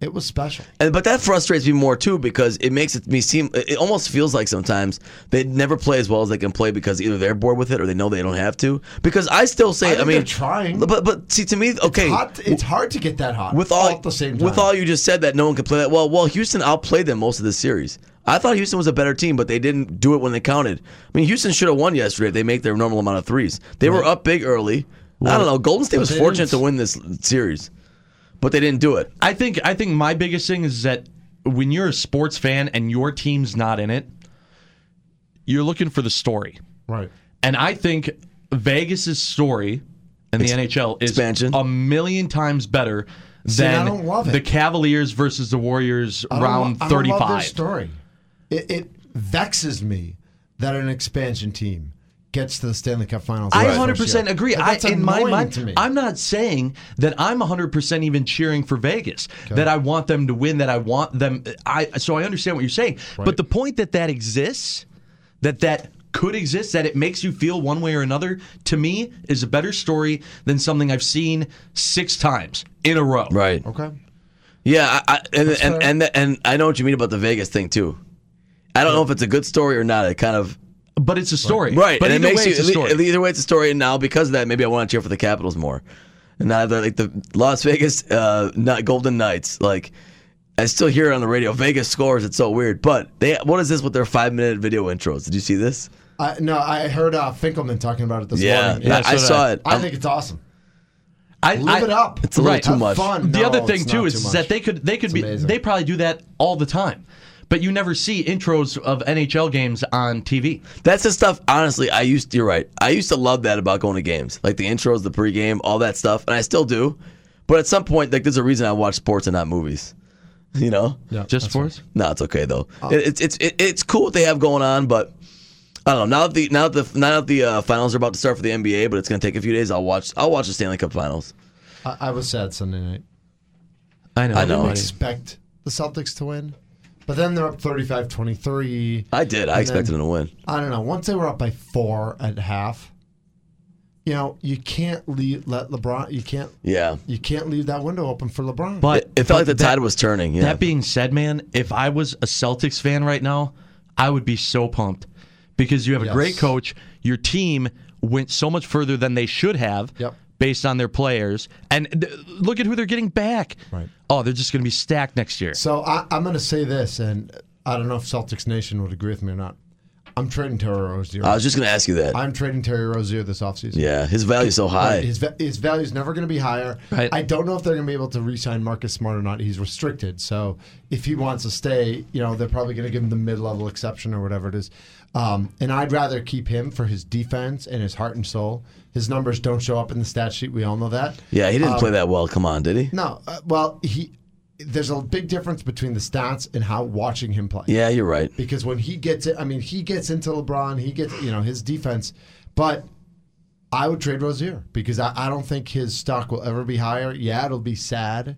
C: it was special.
D: And, but that frustrates me more too because it makes it me seem it it almost feels like sometimes they never play as well as they can play because either they're bored with it or they know they don't have to. Because I still say,
C: I
D: I,
C: think
D: mean,
C: they're trying.
D: But but see, to me, okay,
C: Hot, it's hard to get that hot
D: with all,
C: at the same time.
D: with all you just said that no one can play that well. Well, Houston outplayed them most of the series. I thought Houston was a better team, but they didn't do it when they counted. I mean, Houston should have won yesterday if they make their normal amount of threes. They were up big early. I don't know. Golden State
C: but
D: was
C: they
D: fortunate to
C: didn't-
D: win this series, but they didn't do it.
B: I think I think my biggest thing is that when you're a sports fan and your team's not in it, you're looking for the story.
C: right.
B: And I think Vegas's story in the NHL is
D: expansion.
B: a million times better
C: I
B: than
C: don't love it.
B: the Cavaliers versus the Warriors
C: I don't
B: round
C: lo- I don't love
B: 35.
C: their story. It, it vexes me that an expansion team gets to the Stanley Cup Finals.
B: I
C: Right.
B: 100% agree.
C: But
B: I,
C: that's
B: in my
C: annoying
B: mind,
C: to me.
B: I'm not saying that I'm 100% even cheering for Vegas. That I want them to win. That I want them. I so I understand what you're saying. But the point that that exists, that that could exist, that it makes you feel one way or another, to me is a better story than something I've seen six times in a row.
D: Right.
C: okay.
D: Yeah, I, I, and
C: fair.
D: and, and and I know what you mean about the Vegas thing too. I don't know if it's a good story or not. It kind of
B: But it's a story.
D: right,
B: But
D: and it
B: either way,
D: makes you
B: it's a story.
D: le- either way it's a story. And now because of that, maybe I want to cheer for the Capitals more. And now that like the Las Vegas, uh, not Golden Knights, like I still hear it on the radio. Vegas scores. It's so weird. But they, what is this with their five minute video intros? Did you see this?
C: I, no, I heard uh, Finkelman talking about it this
D: Yeah,
C: morning.
D: I, I
B: so did
D: saw
B: I.
D: it.
C: I
D: I'm-
C: think it's awesome.
B: I-
C: Live
B: I-
C: it up.
D: It's a little
B: Right.
D: too
B: Have
D: much.
C: Fun.
B: the
C: No,
B: other thing
C: it's
B: too
C: not
B: is
C: much.
B: that they could they could be
C: amazing.
B: they probably do that all the time, but you never see intros of NHL games on TV.
D: That's the stuff. Honestly, I used. You're right. I used to love that about going to games, like the intros, the pregame, all that stuff, and I still do. But at some point, like there's a reason I watch sports and not movies. You know?
B: Just for us.
D: No, it's okay though. It, it's it's it, it's cool what they have going on, but I don't know. Now that the now that the now that the uh, finals are about to start for the NBA, but it's gonna take a few days. I'll watch. I'll watch the Stanley Cup Finals.
C: I, I was sad Sunday night.
B: I know.
D: I know.
C: I expect the Celtics to win, but then they're up 35-23.
D: I did. I
C: And
D: expected
C: then-
D: them to win.
C: I don't know. Once they were up by four at half, you know, you can't leave, let LeBron. You can't.
D: Yeah.
C: You can't leave that window open for LeBron.
B: But
D: It, it felt like the
B: but that-
D: tide was turning. Yeah.
B: That being said, man, if I was a Celtics fan right now, I would be so pumped because you have a
C: Yes.
B: great coach. Your team went so much further than they should have
C: Yep.
B: based on their players. And th- look at who they're getting back.
C: Right.
B: Oh, they're just going to be stacked next year.
C: So I, I'm going to say this, and I don't know if Celtics Nation would agree with me or not. I'm trading Terry Rozier.
D: I was just gonna ask you that.
C: I'm trading Terry Rozier this offseason.
D: Uh, yeah, his value's so
C: Right,
D: high.
C: His, va- his value is never going to be higher.
B: Right.
C: I don't know if they're going to be able to re-sign Marcus Smart or not. He's restricted, so if he wants to stay, you know they're probably going to give him the mid-level exception or whatever it is. Um, and I'd rather keep him for his defense and his heart and soul. His numbers don't show up in the stat sheet. We all know that.
D: Yeah, he didn't play that well. Come on, did he?
C: No, uh, well, he there's a big difference between the stats and how watching him play
D: Yeah, you're right.
C: because when he gets it, I mean, he gets into LeBron, he gets, you know, his defense. But I would trade Rozier because I, I don't think his stock will ever be higher. Yeah, it'll be sad.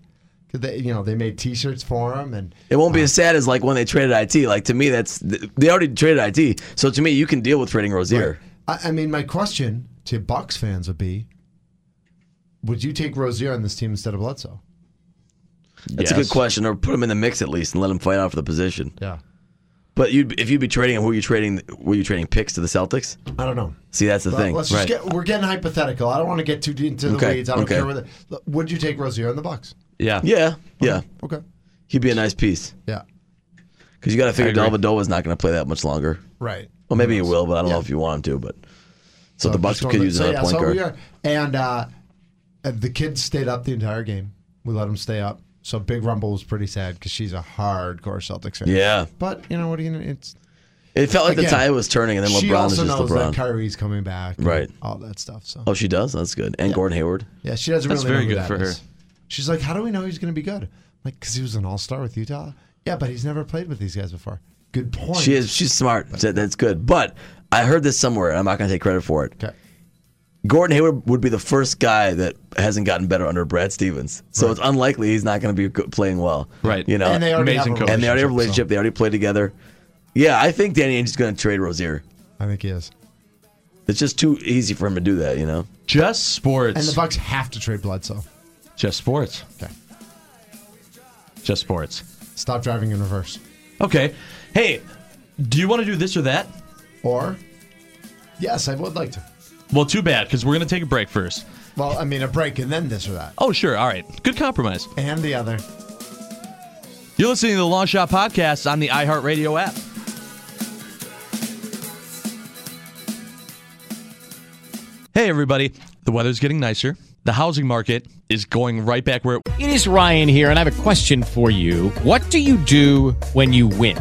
C: 'cause They, you know, they made T-shirts for him, and
D: It won't be as sad as like when they traded IT. Like to me, that's they already traded IT. So to me, you can deal with trading Rozier.
C: I, I mean, my question to Bucks fans would be: Would you take Rozier on this team instead of Bledsoe?
D: That's a good question. Or put him in the mix at least and let him fight out for the position.
C: Yeah,
D: But you'd if you'd be trading him, who are you trading? Were you trading picks to the Celtics?
C: I don't know.
D: See, that's the
C: But
D: thing.
C: Let's just get, we're getting hypothetical. I don't want to get too deep into the
D: Okay,
C: weeds. I don't
D: okay.
C: care whether. Would you take Rozier on the Bucks?
B: Yeah.
D: yeah, yeah.
C: Okay.
D: He'd be a nice piece
C: Yeah.
D: because you got to figure
B: agree.
D: Delvadova's not going to play that much longer.
C: Right.
D: Well, maybe he will, but I don't
C: Yeah.
D: know if you want him to. But so, the
C: I'm
D: Bucks
C: just
D: could
C: going
D: use
C: to-
D: another
C: so, yeah,
D: point
C: so
D: guard.
C: we are- and uh, and the kids stayed up the entire game. We let them stay up. So Big Rumble was pretty sad because she's a hardcore Celtics fan.
D: yeah,
C: But you know what? You know, it's
D: it felt like
C: Again,
D: the tide was turning, and then
C: she
D: LeBron is
C: also
D: just
C: knows
D: LeBron.
C: that Kyrie's coming back, and
D: Right.
C: All that stuff. So
D: oh, she does. That's good. And Gordon Hayward.
C: yeah, she doesn't
B: That's
C: really
B: very
C: know who
B: good
C: that
B: for her.
C: is. She's like, how do we know he's going to be good? I'm Like, because he was an All Star with Utah. Yeah, but he's never played with these guys before. Good point.
D: She is. She's smart. That- That's good. But I heard this somewhere, and I'm not going to take credit for it.
C: Okay.
D: Gordon Hayward would be the first guy that hasn't gotten better under Brad Stevens, so it's unlikely he's not going to be go- playing well.
B: Right.
D: You know,
C: And they already
B: amazing
C: have a
B: coach.
D: and they already have a
C: so-
D: relationship. They already play together. Yeah, I think Danny Ainge is going to trade Rozier.
C: I think he is.
D: It's just too easy for him to do that, you know.
B: Just sports.
C: And the Bucks have to trade Bledsoe.
B: Just sports.
C: Okay.
B: Just sports.
C: Stop driving in reverse.
B: Okay. Hey, do you want to do this or that?
C: Or, yes, I would like to.
B: Well, too bad because we're gonna take a break first.
C: Well, I mean, a break and then this or that.
B: Oh, sure. All right. Good compromise.
C: And the other.
B: You're listening to the Long Shot Podcast on the iHeartRadio app. Hey, everybody. The weather's getting nicer. The housing market is going right back where it
G: It is Ryan here, and I have a question for you. What do you do when you win?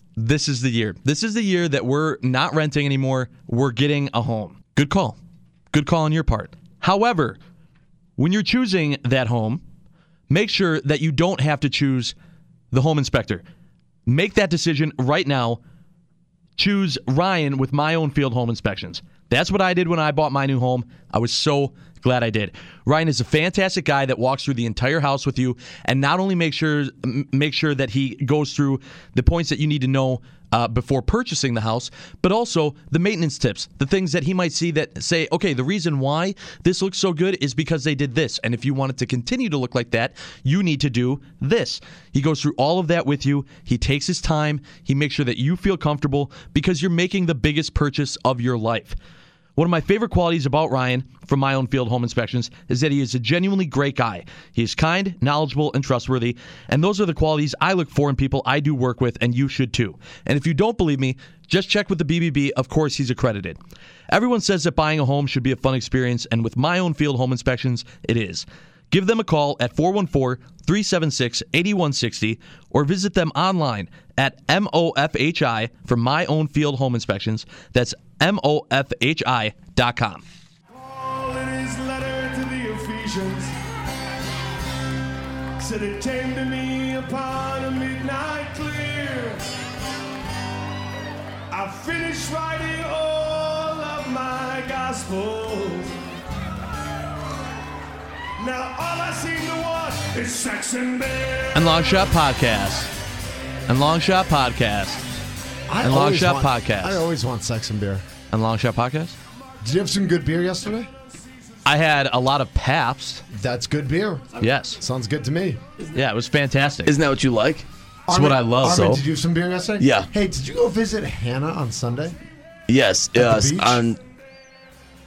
B: this is the year. This is the year that we're not renting anymore. We're getting a home. Good call. Good call on your part. However, when you're choosing that home, make sure that you don't have to choose the home inspector. Make that decision right now. Choose Ryan with my own field home inspections. That's what I did when I bought my new home. I was so glad I did. Ryan is a fantastic guy that walks through the entire house with you and not only make sure m- make sure that he goes through the points that you need to know uh, before purchasing the house, but also the maintenance tips, the things that he might see that say, okay, the reason why this looks so good is because they did this. And if you want it to continue to look like that, you need to do this. He goes through all of that with you. He takes his time. He makes sure that you feel comfortable because you're making the biggest purchase of your life. One of my favorite qualities about Ryan from my own field home inspections is that he is a genuinely great guy. He is kind, knowledgeable, and trustworthy, and those are the qualities I look for in people I do work with, and you should too. And if you don't believe me, just check with the BBB. Of course, he's accredited. Everyone says that buying a home should be a fun experience, and with my own field home inspections, it is. Give them a call at 414 376 8160 or visit them online at MOFHI for my own field home inspections. That's MOFHI.com.
A: Paul in his letter to the Ephesians said it came to me upon a midnight clear. I finished writing all of my gospels. Now all I seem to want is sex and bed.
B: And Long Shot Podcast. And Long Shot Podcast.
C: I
B: And Long
C: always
B: Shot
C: want-
B: Podcast.
C: I always want sex and beer.
B: And Long Shot Podcast.
C: Did you have some good beer yesterday?
B: I had a lot of paps.
C: That's good beer.
B: Yes.
C: Sounds good to me.
B: Yeah, it was fantastic.
D: Isn't that what you like?
B: It's what I love.
C: Armin,
B: So-
C: did you have some beer yesterday?
D: Yeah.
C: Hey, did you go visit Hannah on Sunday?
D: Yes. Yes.
C: beach?
D: On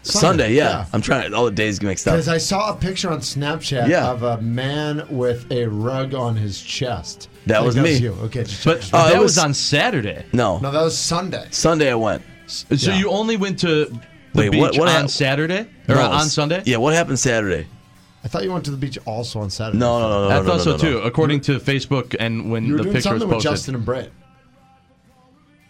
D: Sunday. Yeah. I'm trying. All the days get mixed up.
C: Because I saw a picture on Snapchat
D: Yeah.
C: of a man with a rug on his chest. I
D: That
C: think
D: was me.
C: You. Okay. just-
B: but
D: Oh, it
B: that was,
D: was-
B: on Saturday.
D: no.
C: no, that was Sunday.
D: Sunday I went.
B: So
C: Yeah.
B: you only went to the
D: Wait,
B: beach
D: what- what
B: on
D: hap-
B: Saturday? Or
D: No,
B: on
D: s-
B: Sunday?
D: Yeah. What happened Saturday?
C: I thought you went to the beach also on Saturday.
D: No. No. No. No.
B: I
D: no,
B: thought so
D: no, no,
B: too,
D: no.
B: according to Facebook and when
C: You were
B: the
C: doing
B: picture was
C: something
B: posted.
C: with Justin and Britt.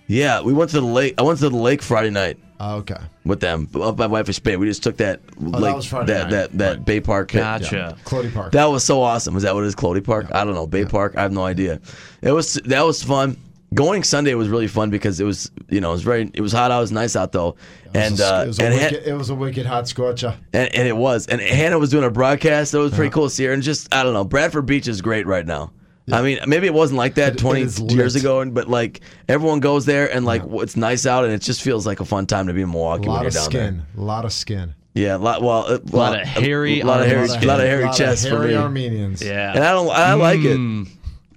D: Yeah. We went to the lake. I went to the lake Friday night
C: Oh, okay.
D: with them. Up by Whitefish Bay. We just took that
C: Oh, that
D: lake.
C: was Friday
D: that
C: night.
D: that that Bay Park. hit.
B: Gotcha.
C: Clody Park.
D: That was so awesome. Is that what it is, Clody Park? I don't know. Bay Park? I have no idea. It was that was fun. Going Sunday was really fun because it was you know it was very it was hot out it was nice out though and
C: It was a-
D: uh,
C: it, was a
D: and
C: wicked,
D: had-
C: it was a wicked hot scorcher.
D: and, and it was. And Hannah was doing a broadcast. That was pretty
C: Uh-huh.
D: cool to see her. And just I don't know, Bradford Beach is great right now. I mean, maybe it wasn't like that
C: It- it
D: 20
C: is
D: years
C: lit.
D: ago, and but like everyone goes there, and like w it's nice out, and it just feels like a fun time to be in
C: A
D: Milwaukee when
C: lot
D: you're
C: of
D: down
C: skin. A lot of skin.
D: there. Yeah, a lot. Well, a
B: Lot of hairy
D: a lot of hairy,
B: arms.
D: a lot of hairy
C: Lot
D: chest for
C: hairy
D: me.
C: Armenians.
B: Yeah.
D: And I don't, I like
B: Hmm.
D: it.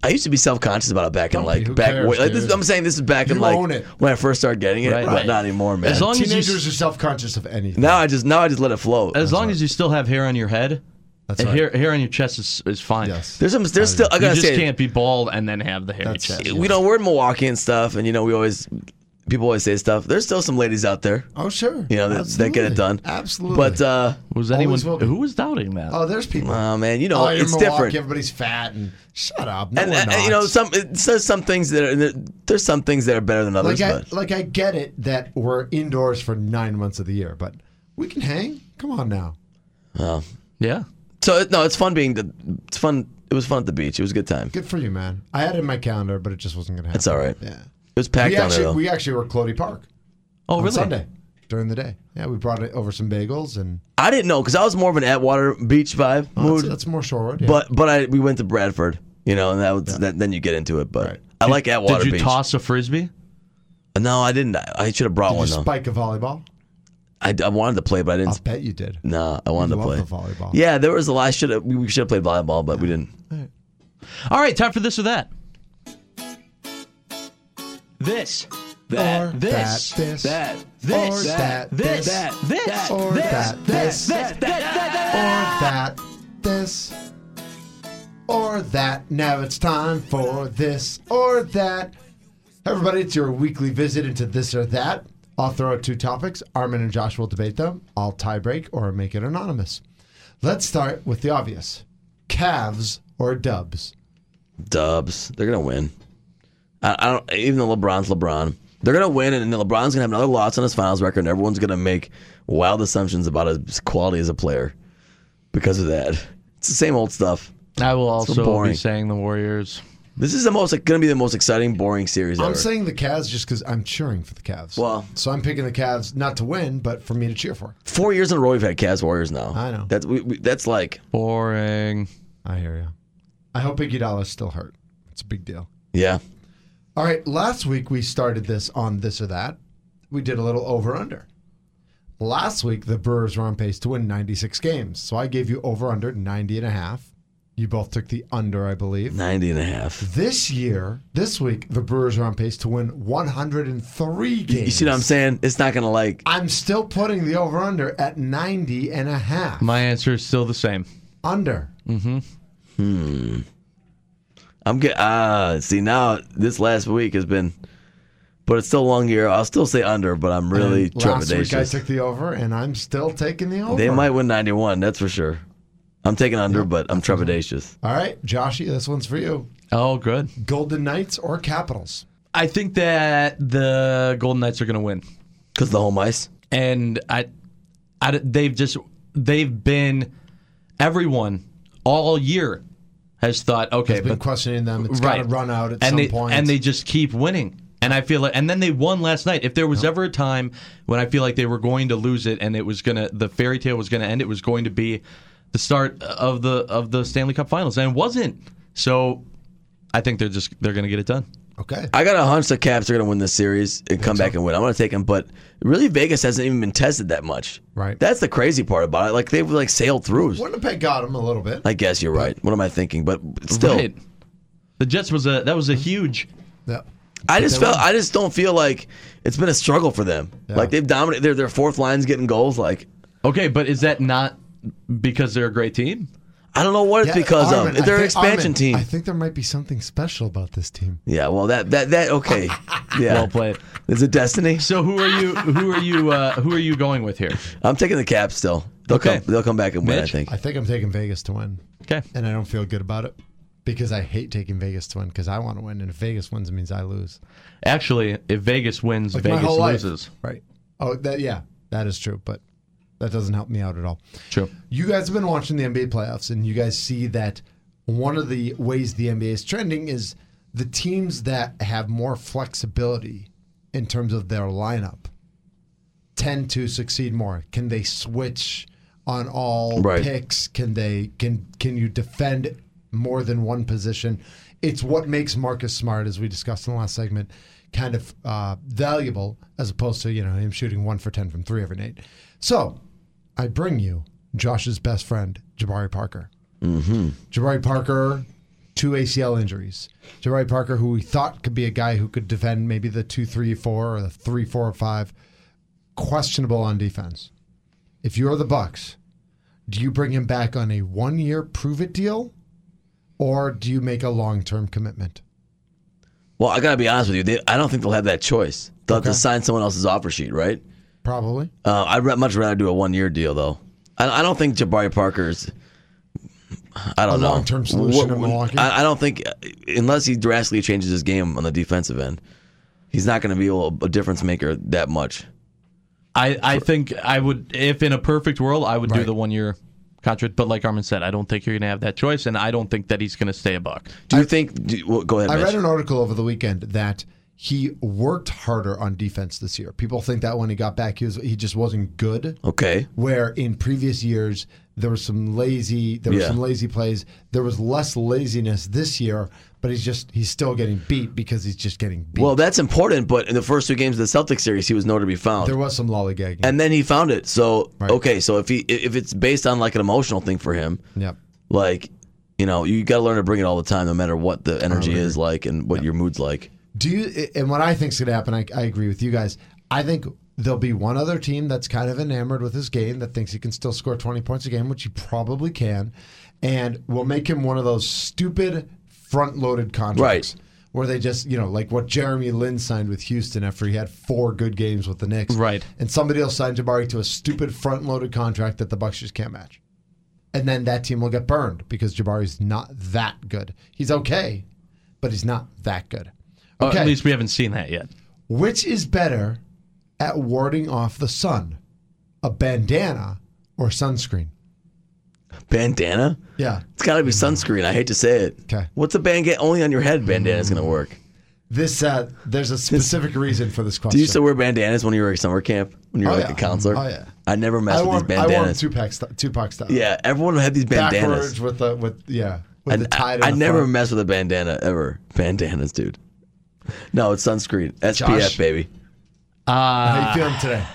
D: I used to be self conscious about it back
C: Don't
D: in
C: be.
D: like
C: Who
D: back.
C: cares,
D: like, this,
C: dude?
D: I'm saying this is back in
C: You
D: like
C: own it.
D: when I first started getting it,
B: Right.
D: but
B: Right.
D: not anymore, man.
B: As long as you
C: Teenagers are self conscious of anything.
D: now I just now I just let it flow.
B: As long as you still have hair on your head,
C: That's
B: and
C: right.
B: hair, hair on your chest is, is fine.
C: Yes.
D: there's some, there's still
B: Oh,
D: I
B: You
D: gotta
B: just
D: say
B: can't be bald and then have the hairy
C: That's-
B: chest.
C: yeah.
D: you know, we're in Milwaukee and stuff, and you know, we always people always say stuff. There's still some ladies out there,
C: Oh, sure.
D: you know, that, that get
C: Absolutely.
D: it done.
C: Absolutely.
D: But uh,
B: Was anyone
C: Always will be.
B: who was doubting that?
C: oh, there's people.
D: oh man, you know,
C: oh, you're
D: it's
C: Milwaukee,
D: different.
C: Everybody's fat and shut up. No,
D: and,
C: we're
D: and- and,
C: not.
D: you know, some it says some things that are there's some things that are better than others.
C: like I,
D: but
C: like I get it that we're indoors for nine months of the year, but we can hang. Come on now.
B: yeah.
D: so it- no, it's fun being the it's fun. It was fun at the beach. It was a good time.
C: Good for you, man. I had it in my calendar, but it just wasn't gonna happen.
D: That's all right.
C: Yeah.
D: It was packed
C: we
D: down there
C: actually
D: though.
C: we actually were at Clody Park
B: Oh,
C: on
B: really?
C: Sunday during the day. Yeah, we brought it over some bagels and
D: I didn't know because I was more of an Atwater beach vibe
C: oh,
D: mood.
C: that's, that's more Shorewood. Yeah.
D: But but I we went to Bradford, you know, and that was that, then you get into it. But I like Atwater
B: Did you
D: Beach.
B: toss a frisbee?
D: No, I didn't. I, I should have brought
C: did you
D: one though.
C: spike a volleyball?
D: I, I wanted to play, but I
C: I'll
D: didn't.
C: bet you did.
D: No, I wanted
C: Oh. You
D: to
C: love the
D: play
C: volleyball.
D: Yeah, there was a lot. Should we should have played volleyball, but we didn't.
B: All right, time for this or that. This,
C: Or
B: that, this,
C: that, this,
B: that,
C: or
B: this,
C: that,
B: this,
C: this,
B: that, this,
C: or
B: this,
C: that,
B: this,
C: this,
B: that, that, that, that.
C: Or that this or that. Now it's time for this or that. Hey, Everybody, it's your weekly visit into this or that. I'll throw out two topics. Armin and Josh will debate them. I'll tie break or make it anonymous. Let's start with the obvious. Calves or dubs?
D: Dubs, they're gonna win. I, I don't. Even though LeBron's LeBron, they're gonna win, and then LeBron's gonna have another loss on his Finals record, and everyone's gonna make wild assumptions about his quality as a player because of that. It's the same old stuff.
B: I will also
D: boring.
B: be saying the Warriors.
D: This is the most going to be the most exciting, boring series
C: I'm
D: ever.
C: saying the Cavs just because I'm cheering for the Cavs.
D: Well-
C: so I'm picking the Cavs not to win, but for me to cheer for.
D: Four years in a row, we've had Cavs Warriors now.
C: I know.
D: That's we, we, that's like
B: Boring.
C: I hear you. I hope Iguodala's still hurt. It's a big deal.
D: yeah.
C: All right, last week we started this on this or that. We did a little over under. Last week the Brewers were on pace to win 96 games. So I gave you over under 90 and a half. You both took the under, I believe.
D: 90 and a half.
C: This year, this week the Brewers are on pace to win 103 games.
D: You see what I'm saying? It's not going to like
C: I'm still putting the over under at 90 and a half.
B: My answer is still the same.
C: under.
D: I'm get uh see now this last week has been but it's still a long year. I'll still say under, but I'm really
C: And last week I
D: trepidatious.
C: took the over and I'm still taking the over.
D: They might win 91, that's for sure. I'm taking under, but I'm trepidatious.
C: All right, Joshy, this one's for you.
B: Oh, good.
C: Golden Knights or Capitals?
B: I think that the Golden Knights are going to win.
D: Cuz the home ice.
B: and I, I d- they've just they've been everyone all year has thought okay
C: been
B: but
C: questioning them. It's
B: right
C: got to run out
B: and
C: at some
B: they,
C: point.
B: and they just keep winning and I feel like and then they won last night if there was ever a time when I feel like they were going to lose it and it was gonna the fairy tale was gonna end it was going to be the start of the of the Stanley Cup Finals and it wasn't so I think they're just they're gonna get it done
C: okay.
D: I got a hunch the Caps are going to win this series and come back and win. I'm going to take them, but really Vegas hasn't even been tested that much.
C: Right.
D: That's the crazy part about it. Like they've like sailed through.
C: Winnipeg got them a little bit.
D: I guess you're right. What am I thinking? But still,
B: Right. the Jets was a that was a huge
C: Yep.
D: I just
C: they
D: felt I just don't feel like it's been a struggle for them. Like they've dominated. Their their fourth line's getting goals. Like
B: Okay, but is that not because they're a great team?
D: I don't know what it's
C: Yeah,
D: because
C: Armin,
D: of.
C: I
D: They're an
C: think-
D: expansion
C: Armin,
D: team.
C: I think there might be something special about this team.
D: yeah. Well, that that that okay. Yeah.
B: Well played.
D: Is it destiny?
B: So who are you? Who are you? Uh, who are you going with here?
D: I'm taking the Caps still. They'll
B: Okay.
D: come. They'll come back and win.
B: Mitch?
D: I think.
C: I think I'm taking Vegas to win,
B: Okay.
C: and I don't feel good about it because I hate taking Vegas to win because I want to win, and if Vegas wins, it means I lose.
B: Actually, if Vegas wins,
C: Like my
B: Vegas
C: whole life.
B: loses.
C: Right. Oh, that yeah, that is true, but that doesn't help me out at all.
B: True.
C: You guys have been watching the NBA playoffs, and you guys see that one of the ways the NBA is trending is the teams that have more flexibility in terms of their lineup tend to succeed more. Can they switch on all
D: Right.
C: picks? Can they can can you defend more than one position? It's what makes Marcus Smart, as we discussed in the last segment, kind of uh, valuable as opposed to you know him shooting one for ten from three every night. So I bring you Josh's best friend, Jabari Parker. Mm-hmm. Jabari Parker, two ACL injuries. Jabari Parker, who we thought could be a guy who could defend maybe the two, three, four, or the three, four, or five, questionable on defense. If you're the Bucks, do you bring him back on a one-year prove-it deal, or do you make a long-term commitment?
D: Well, I gotta be honest with you. They, I don't think they'll have that choice. They'll have to sign someone else's offer sheet, right?
C: Probably.
D: Uh, I'd ra- much rather do a one-year deal, though. I, I don't think Jabari Parker's. I don't
C: A
D: know
C: long-term solution
D: What-
C: in Milwaukee?
D: I, I don't think unless he drastically changes his game on the defensive end, he's not going to be a, a difference maker that much.
B: I, I think I would, if in a perfect world, I would do the one year contract. But like Armin said, I don't think you're going to have that choice, and I don't think that he's going to stay a buck.
D: Do you think? Do, well, go ahead.
C: I
D: Mitch.
C: read an article over the weekend that he worked harder on defense this year. People think that when he got back, he was he just wasn't good.
D: okay.
C: Where in previous years there was some lazy, there were
D: Yeah.
C: some lazy plays. There was less laziness this year, but he's just he's still getting beat because he's just getting beat.
D: Well, that's important. But in the first two games of the Celtics series, he was nowhere to be found.
C: there was some lollygagging.
D: and then he found it. So
C: Right.
D: okay, so if he if it's based on like an emotional thing for him,
C: yep.
D: like you know, you got to learn to bring it all the time, no matter what the energy is like and what your mood's like.
C: Do you? And what I think is going to happen, I, I agree with you guys. I think there'll be one other team that's kind of enamored with his game that thinks he can still score twenty points a game, which he probably can, and will make him one of those stupid front-loaded contracts.
D: Right.
C: Where they just, you know, like what Jeremy Lin signed with Houston after he had four good games with the Knicks,
B: Right.
C: And somebody else signed Jabari to a stupid front-loaded contract that the Bucks just can't match, and then that team will get burned because Jabari's not that good. He's okay, but he's not that good.
B: Or
C: Okay.
B: at least we haven't seen that yet.
C: Which is better at warding off the sun, a bandana or sunscreen?
D: Bandana?
C: Yeah.
D: It's got to be sunscreen. I hate to say it.
C: 'Kay.
D: What's a bandana? Only on your head bandana's
C: Mm.
D: going to work.
C: This uh, there's a specific reason for this question.
D: Do you still wear bandanas when you were at summer camp? When you were
C: Oh,
D: like
C: yeah.
D: a counselor?
C: Oh, yeah.
D: I never messed
C: I
D: with
C: wore,
D: these
C: I wore
D: bandanas.
C: Tupac, st- Tupac style.
D: yeah, everyone had these
C: Backwards
D: bandanas.
C: with the with yeah with
D: I,
C: the tie.
D: I,
C: to
D: I
C: the
D: never
C: front.
D: messed with a bandana ever. Bandanas, dude. No, it's sunscreen. SPF,
C: Josh?
D: baby.
C: How you feeling today?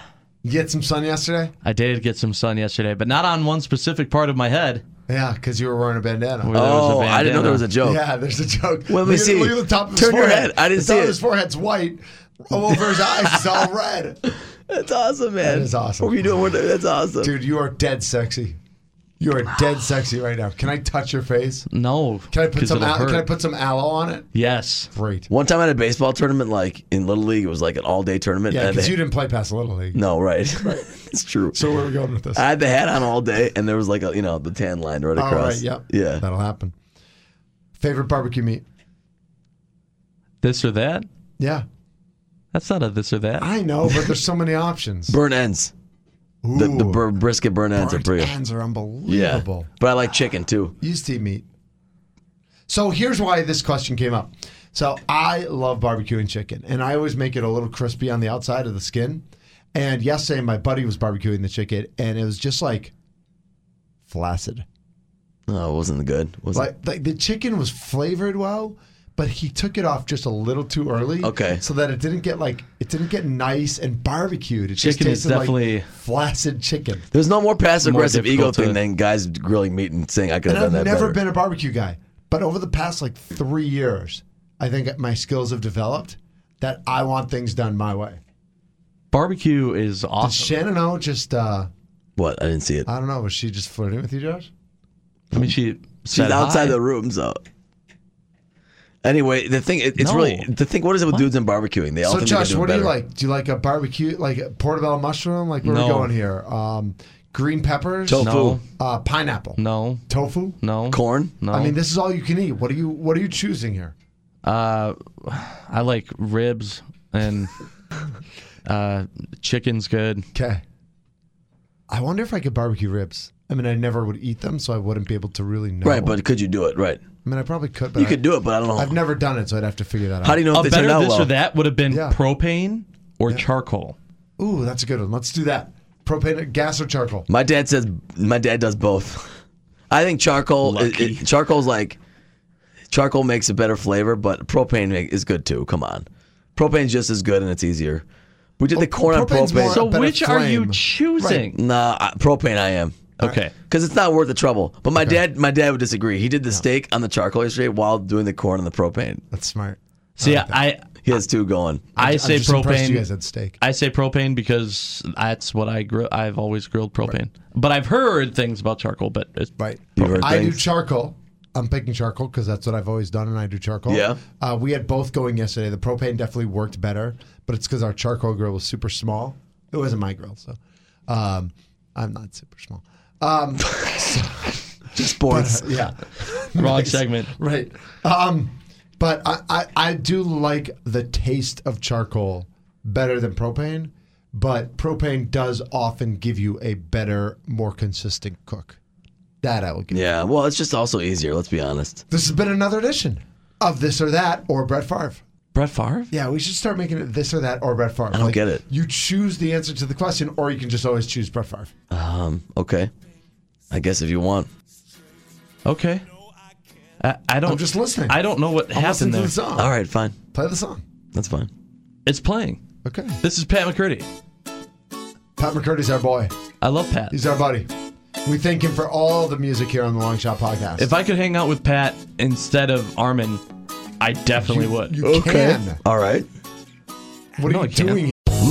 C: You get some sun yesterday?
B: I did get some sun yesterday, but not on one specific part of my head.
C: Yeah, because you were wearing a bandana.
B: Where there was a
D: Oh, I
B: bandana.
D: didn't know there was a joke.
C: Yeah, there's a joke.
D: Let
C: look
D: me
C: at,
D: see.
C: Look at the top of his
D: Turn your
C: forehead.
D: head. I didn't
C: the
D: see
C: top
D: it.
C: of his forehead's white. Over his eyes, it's all red.
D: That's awesome, man.
C: That is awesome.
D: What were you doing? with- That's awesome.
C: Dude, you are dead sexy. You are dead sexy right now. Can I touch your face?
B: No.
C: Can I put
B: 'cause
C: some
B: it'll
C: al- can I
B: hurt.
C: put some aloe on it?
B: Yes.
C: Great.
D: One time at a baseball tournament, like in Little League, it was like an all day tournament.
C: Yeah,
D: and
C: because
D: they-
C: you didn't play past Little League.
D: No, right. it's true.
C: So where are we going with this?
D: I had the hat on all day, and there was like a you know the tan line Oh, right
C: All
D: across.
C: right, yep.
D: Yeah.
C: That'll happen. Favorite barbecue meat?
B: This or that?
C: Yeah.
B: That's not a this or that.
C: I know, but there's so many options.
D: Burn ends. The, the
C: Ooh,
D: bur- brisket burn ends
C: burnt
D: are pretty.
C: ends are
D: Yeah.
C: unbelievable.
D: But I like chicken too.
C: used to eat meat. So here's why this question came up. So I love barbecue and chicken, and I always make it a little crispy on the outside of the skin. And yesterday, my buddy was barbecuing the chicken, and it was just like flaccid.
D: Oh, it wasn't good. Was it?
C: Like, like the chicken was flavored well, but he took it off just a little too early.
D: Okay.
C: so that it didn't get like it didn't get nice and barbecued. It just
B: Chicken is
C: tasted
B: definitely-
C: like flaccid chicken.
D: There's no more passive aggressive
B: difficult
D: ego thing
B: to-
D: than guys grilling meat and saying I could
C: And
D: have
C: I've
D: done that
C: never
D: better.
C: been a barbecue guy, but over the past like three years, I think my skills have developed that I want things done my way.
B: Barbecue is
C: Did
B: awesome.
C: Shannon O just, uh,
D: What? I didn't see it.
C: I don't know, was she just flirting with you, Josh?
B: I mean, she
D: She's
B: said
D: outside
B: hi.
D: the room, so. Anyway, the thing it, it's
B: No.
D: really the thing. What is it with dudes and barbecuing? They all
C: So,
D: think
C: Josh,
D: they can do it
C: what do you
D: better.
C: like? Do you like a barbecue, like a portobello mushroom? Like, where are
B: No.
C: we going here? Um, green peppers?
D: Tofu,
B: No.
C: Uh, pineapple?
B: No.
C: Tofu?
B: No.
D: corn.
B: No.
C: I mean, this is all you can eat. What are you, what are you choosing here?
B: Uh, I like ribs and uh, chicken's good.
C: Okay. I wonder if I could barbecue ribs. I mean, I never would eat them, so I wouldn't be able to really know.
D: Right, but could you do it? Right,
C: I mean, I probably could. But
D: you
C: I-
D: could do it, but I don't know.
C: I've never done it, so I'd have to figure that out.
D: Oh. How do you know
B: A
D: if they
B: better
D: turned out
B: this
D: well?
B: or that would have been
C: Yeah.
B: propane or charcoal.
C: Ooh, that's a good one. Let's do that. Propane, gas, or charcoal?
D: My dad says my dad does both. I think charcoal it,
B: Lucky.
D: it- charcoal's like charcoal makes a better flavor, but propane make, is good too. Come on, propane's just as good and it's easier. We did the corn on
C: propane's more
D: propane.
B: So
C: better
B: which are you
C: flame.
B: choosing?
D: nah, I, propane I am.
B: Okay.
D: Because it's not worth the trouble. But my dad, my dad would disagree. He did the steak on the charcoal yesterday while doing the corn on the propane.
C: That's smart.
B: See, I
D: He has two going.
B: I say
C: I'm just impressed You guys
B: propane.
C: had steak.
B: I say propane because that's what I grill. I've always grilled propane, but I've heard things about charcoal. But it's
C: Right.
D: You heard
C: I do
D: things?
C: charcoal I'm picking charcoal because that's what I've always done, and I do charcoal.
D: Yeah.
C: Uh, we had both going yesterday. The propane definitely worked better, but it's because our charcoal grill was super small. It wasn't my grill, so um, I'm not super small. Um,
D: Just sports.
C: yeah.
B: Wrong segment.
C: Right. Um, but I, I, I do like the taste of charcoal better than propane, but propane does often give you a better, more consistent cook. That I will give. you.
D: yeah. Well, it's just also easier. Let's be honest.
C: This has been another edition of This or That or Brett Favre.
B: Brett Favre?
C: Yeah, we should start making it This or That or Brett Favre. I
D: don't get it.
C: You choose the answer to the question, or you can just always choose Brett Favre.
D: Um. Okay. I guess if you want.
B: Okay. I, I don't.
C: I'm just listening.
B: I don't know what
C: I'm listening
B: happened
C: to
B: there.
C: the song.
D: All right. Fine.
C: Play the song.
D: That's fine.
B: It's playing.
C: Okay.
B: This is Pat McCurdy.
C: Pat McCurdy's our boy.
B: I love Pat.
C: He's our buddy. We thank him for all the music here on the Long Shot Podcast.
B: If I could hang out with Pat instead of Armin, I definitely would.
C: you can.
D: All right.
C: What
B: No,
C: are
B: I
C: you
B: can't.
C: doing?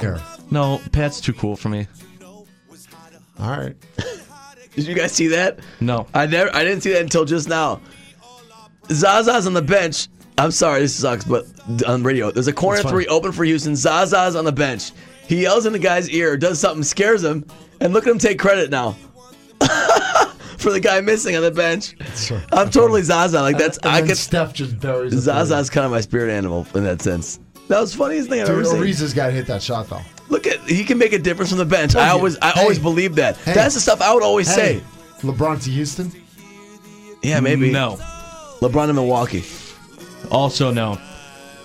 C: Here.
B: No, Pat's too cool for me.
C: All right.
D: Did you guys see that?
B: No.
D: I never. I didn't see that until just now. Zaza's on the bench. I'm sorry, this sucks, but on radio, there's a corner three open for Houston. Zaza's on the bench. He yells in the guy's ear, does something, scares him, and look at him take credit now for the guy missing on the bench. I'm totally Zaza. Like that's
C: And
D: I
C: then
D: could.
C: Steph just buries it.
D: Zaza's kind of my spirit animal in that sense. That was the funniest thing I've
C: Dude,
D: ever seen.
C: Ariza's got to hit that shot though.
D: Look at he can make a difference from the bench. I
C: you.
D: always I
C: Hey.
D: always believe that.
C: Hey.
D: That's the stuff I would always say.
C: LeBron to Houston.
D: Yeah, maybe.
B: No.
D: LeBron in Milwaukee.
B: Also, no.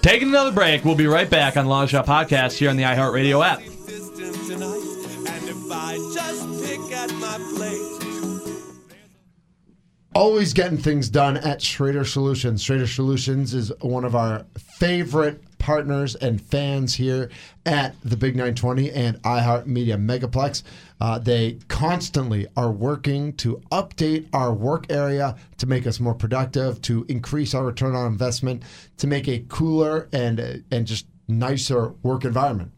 B: Taking another break. We'll be right back on Long Shot Podcast here on the iHeartRadio app.
A: And if I just pick at my plate,
C: Always getting things done at Schrader Solutions. Schrader Solutions is one of our favorite partners and fans here at the Big 920 and iHeartMedia Megaplex. Uh, they constantly are working to update our work area to make us more productive, to increase our return on investment, to make a cooler and and just nicer work environment.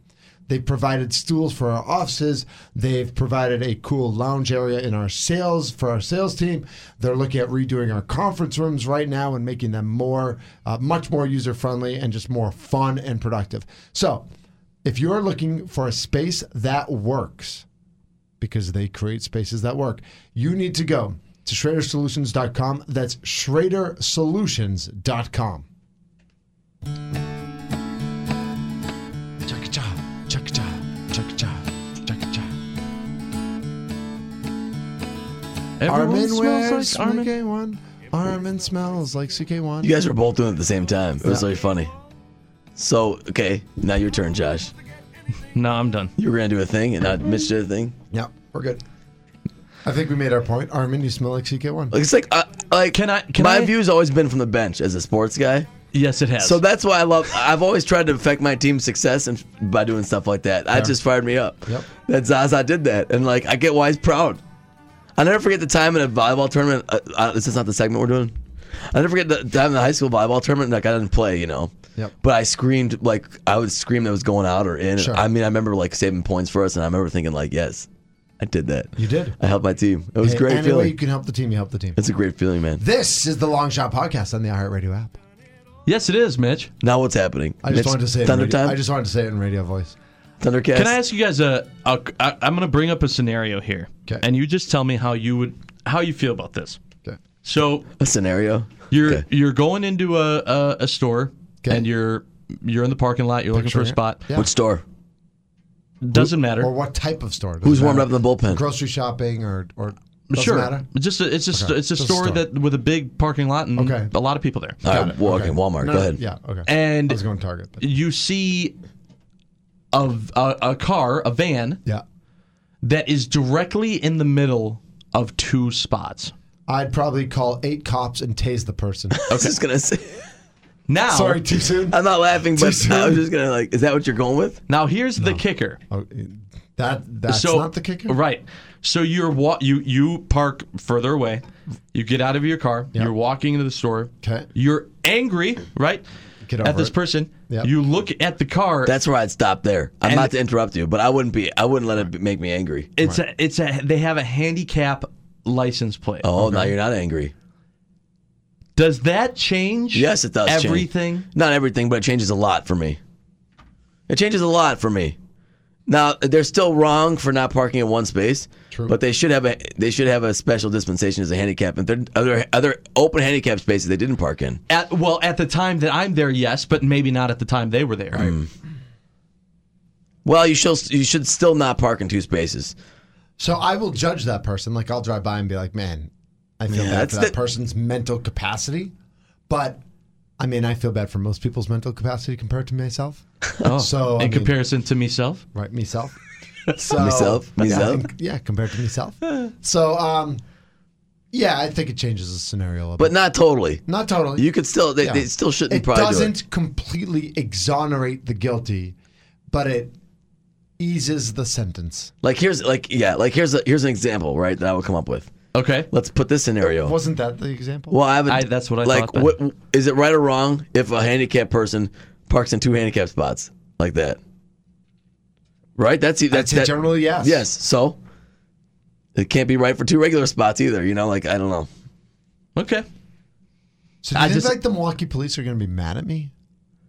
C: They've provided stools for our offices. They've provided a cool lounge area in our sales for our sales team. They're looking at redoing our conference rooms right now and making them more, uh, much more user friendly and just more fun and productive. So, if you're looking for a space that works, because they create spaces that work. You need to go to schradersolutions.com. That's schradersolutions.com. Chaka-cha, chaka-cha, chaka-cha, chaka-cha. Armin wears CK1. Armin smells like CK1.
D: You guys were both doing it at the same time. It was really funny. So, okay, now your turn, Josh.
B: No, I'm done.
D: You were gonna do a thing, and not Mitch did a thing.
C: Yep, we're good. I think we made our point. Armin, you smell like CK1.
D: Like, It's like, uh, like,
B: Can I- can
D: my
B: I-
D: view's always been from the bench as a sports guy.
B: Yes, it has.
D: So that's why I love. I've always tried to affect my team's success and by doing stuff like that. That just fired me up.
C: Yep.
D: That Zaza did that, and like I get why he's proud. I never forget the time in a volleyball tournament. Uh, uh, this is not the segment we're doing. I never forget the time in the high school volleyball tournament. Like I didn't play, you know.
C: Yep.
D: But I screamed like I would scream that was going out or in.
C: Sure.
D: I mean, I remember like saving points for us, and I remember thinking like, yes, I did that.
C: You did.
D: I helped my team. It was a
C: Hey,
D: great
C: any way you
D: feeling.
C: can help the team, you help the team.
D: It's a great feeling, man.
C: This is the Long Shot Podcast on the iHeartRadio app.
B: yes, it is, Mitch.
D: Now what's happening?
C: I just
D: Mitch,
C: wanted to say it in
D: Thunder
C: radio-
D: Time.
C: I just wanted to say it in radio voice.
D: Thundercast.
B: Can I ask you guys a? a I, I'm going to bring up a scenario here,
C: 'Kay.
B: and you just tell me how you would how you feel about this.
C: Okay.
B: So
D: a scenario?
B: you're
D: Okay.
B: you're going into a a, a store,
C: 'Kay.
B: and you're you're in the parking lot. You're looking for a
C: Picturing
B: spot.
C: it. Yeah.
D: Which store?
B: Doesn't matter.
C: Or what type of store? Doesn't
D: Who's warmed
C: matter.
D: up in the bullpen?
C: Grocery shopping or or doesn't
B: sure.
C: matter?
B: It's Just a, it's just
C: Okay.
B: it's a
C: Just a
B: store
C: store.
B: that with a big parking lot and
C: Okay.
B: a lot of people there.
D: All
C: Got
D: right,
C: it.
D: Uh, well,
C: Okay.
D: okay, Walmart.
C: No,
D: Go
C: no,
D: ahead.
C: Yeah. Okay.
B: And
C: I was going Target. but-
B: you see a, a a car, a van
C: Yeah.
B: that is directly in the middle of two spots.
C: I'd probably call eight cops and tase the person.
D: I was just gonna say.
B: Now,
C: Sorry, too soon.
D: I'm not laughing, but I was just gonna like, is that what you're going with?
B: Now here's the kicker.
C: Oh, That that's
B: so,
C: not the kicker.
B: Right. So you're wa- you you park further away. You get out of your car. You're walking into the store.
C: Okay.
B: You're angry, right?
C: Get
B: at
D: over
B: this
D: it.
B: person.
D: Yep.
B: You look at the car.
D: That's where I'd stop there. I'm
B: And-
D: not to interrupt you, but I wouldn't be. I wouldn't let it be- make me angry.
B: It's a, it's a they have a handicap license plate.
D: oh, now you're not angry.
B: Does that change?
D: Yes, it does. change.
B: Everything?
D: Not everything, but it changes a lot for me. It changes a lot for me. Now they're still wrong for not parking in one space, True. but they should have a they should have a special dispensation as a handicap. And there other other open handicap spaces they didn't park in.
B: At, well, at the time that I'm there, yes, but maybe not at the time they were there.
D: Mm. Well, you should you should still not park in two spaces.
C: So I will judge that person. Like I'll drive by and be like, man, I feel
D: Yeah,
C: bad
D: that's
C: for that
D: the-
C: person's mental capacity. But I mean, I feel bad for most people's mental capacity compared to myself.
B: Oh,
C: so
B: in
C: I mean,
B: comparison to myself,
C: right? Myself. So,
D: Myself,
C: yeah, I
D: myself.
C: think- Yeah, compared to myself. So, um, yeah, I think it changes the scenario a
D: But
C: bit.
D: not totally.
C: Not totally.
D: You could still they,
C: Yeah.
D: they still shouldn't
C: It
D: probably do
C: doesn't completely exonerate the guilty, but it eases the sentence.
D: Like here's like yeah, like here's a, here's an example, right? That I would come up with.
B: Okay.
D: Let's put this scenario.
C: Wasn't that the example?
D: Well, I haven't.
B: I- that's what I
D: like.
B: thought,
D: What, is it right or wrong if a handicapped person parks in two handicapped spots like that? Right. That's that's
C: say
D: that,
C: generally yes.
D: Yes. So it can't be right for two regular spots either. You know, like I don't know.
B: Okay.
C: So do you
D: I
C: think
D: just-
C: like the Milwaukee police are going to be mad at me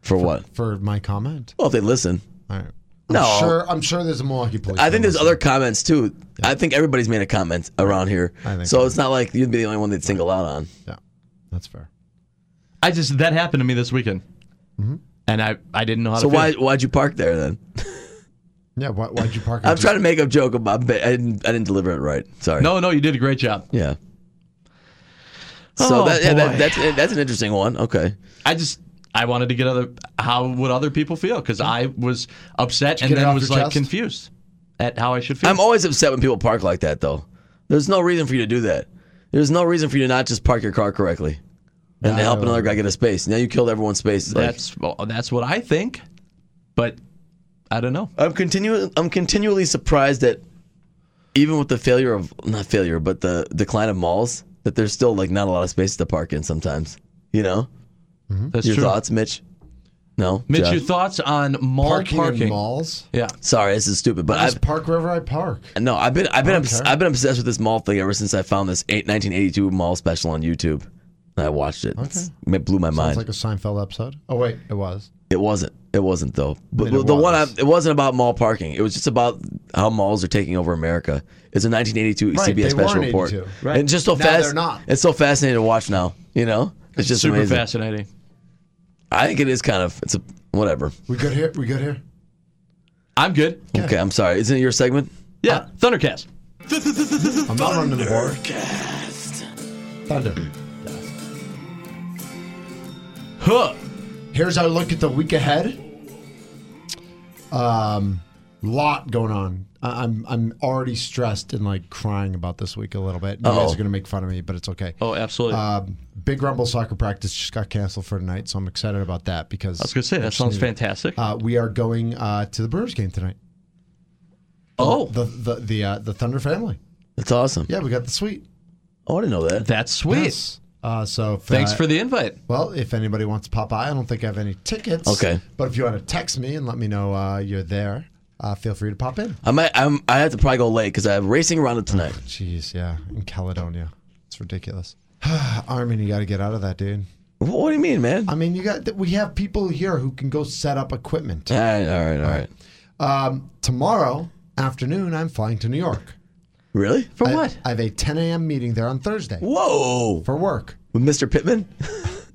D: For what?
C: for my comment?
D: Well, if they listen.
C: All right. I'm
D: No.
C: sure. I'm sure there's a Milwaukee police.
D: I think
C: that
D: there's other comments too. I think everybody's made a comment around here.
C: I think
D: so
C: so.
D: it's not like you'd be the only one they'd single out on.
C: listen. That's fair.
B: I just that happened to me this weekend,
C: Mm-hmm.
B: and I I didn't know how
D: So
B: to. feel.
D: why why'd you park there then?
C: Yeah. Why, why'd you park?
D: I'm trying to make a joke about. but I didn't I didn't deliver it right. Sorry.
B: No, no, you did a great job.
D: Yeah. So
B: Oh,
D: that, yeah,
B: boy.
D: that that's that's an interesting one. Okay.
B: I just I wanted to get other how would other people feel because I was upset
C: Did you
B: and
C: get it
B: then
C: off
B: was
C: your
B: like
C: chest?
B: confused at how I should feel.
D: I'm always upset when people park like that, though. There's no reason for you to do that. There's no reason for you to not just park your car correctly and to help another guy get a space. Now you killed everyone's space. It's like-
B: that's well, that's what I think, but I don't know.
D: I'm continuing. I'm continually surprised that even with the failure of not failure, but the decline of malls, that there's still like not a lot of spaces to park in sometimes. You know,
B: That's
D: your
B: true.
D: thoughts, Mitch? No,
B: Mitch,
D: Jeff?
B: your thoughts on mall
C: Parking,
B: parking?
C: in malls.
B: Yeah,
D: Sorry, this is stupid, but
C: I
D: I've
C: just park wherever I park.
D: No, I've been I've been
C: don't
D: obs-
C: care.
D: I've been obsessed with this mall thing ever since I found this eight, 1982 mall special on YouTube. And I watched it. It's- It blew my
C: Sounds
D: mind.
C: like a Seinfeld episode. Oh wait, it was.
D: it wasn't. It wasn't though. But
C: mean, it
D: the one I,
C: was.
D: it wasn't about mall parking. It was just about how malls are taking over America. It's a 1982
C: Right,
D: CBS
C: they
D: special
C: weren't
D: report.
C: 82.
B: Right.
D: And just so
C: Now
D: fast.
C: they're not.
D: It's so fascinating to watch now. You know, it's just
B: super
D: amazing.
B: fascinating.
D: I think it is kind of. It's a whatever.
C: We good here. We good here.
B: I'm good.
D: Okay, I'm sorry. Isn't it your segment?
B: Yeah,
C: Uh,
B: Thundercast.
C: I'm not running the board. Thunder.
B: Huh.
C: Here's our look at the week ahead. Um, lot going on. I- I'm I'm already stressed and like crying about this week a little bit. You
D: Uh-oh.
C: guys are gonna make fun of me, but it's okay.
B: Oh, absolutely.
C: Um, Big Rumble soccer practice just got canceled for tonight, so I'm excited about that because
B: I was gonna say that sounds fantastic.
C: Uh, we are going uh, to the Brewers game tonight.
B: oh,
C: the the the, uh, the Thunder family.
D: That's awesome.
C: Yeah, we got the suite.
D: Oh, I didn't know that.
B: that's sweet.
C: Yes. Uh, so if,
B: Thanks
C: uh,
B: for the invite.
C: Well, if anybody wants to pop by, I don't think I have any tickets.
D: Okay.
C: But if you want to text me and let me know uh, you're there, uh, feel free to pop in.
D: I might. I'm, I have to probably go late because I have racing around it tonight.
C: Jeez, yeah, in Caledonia, it's ridiculous. Armin, you got to get out of that, dude.
D: What, what do you mean, man?
C: I mean, you got we have people here who can go set up equipment.
D: All right, all right, all right.
C: Um, tomorrow afternoon, I'm flying to New York.
D: Really?
B: For
C: I-
B: what?
C: I, have a 10 a.m. meeting there on Thursday
D: Whoa!
C: for work.
D: With Mr. Pittman?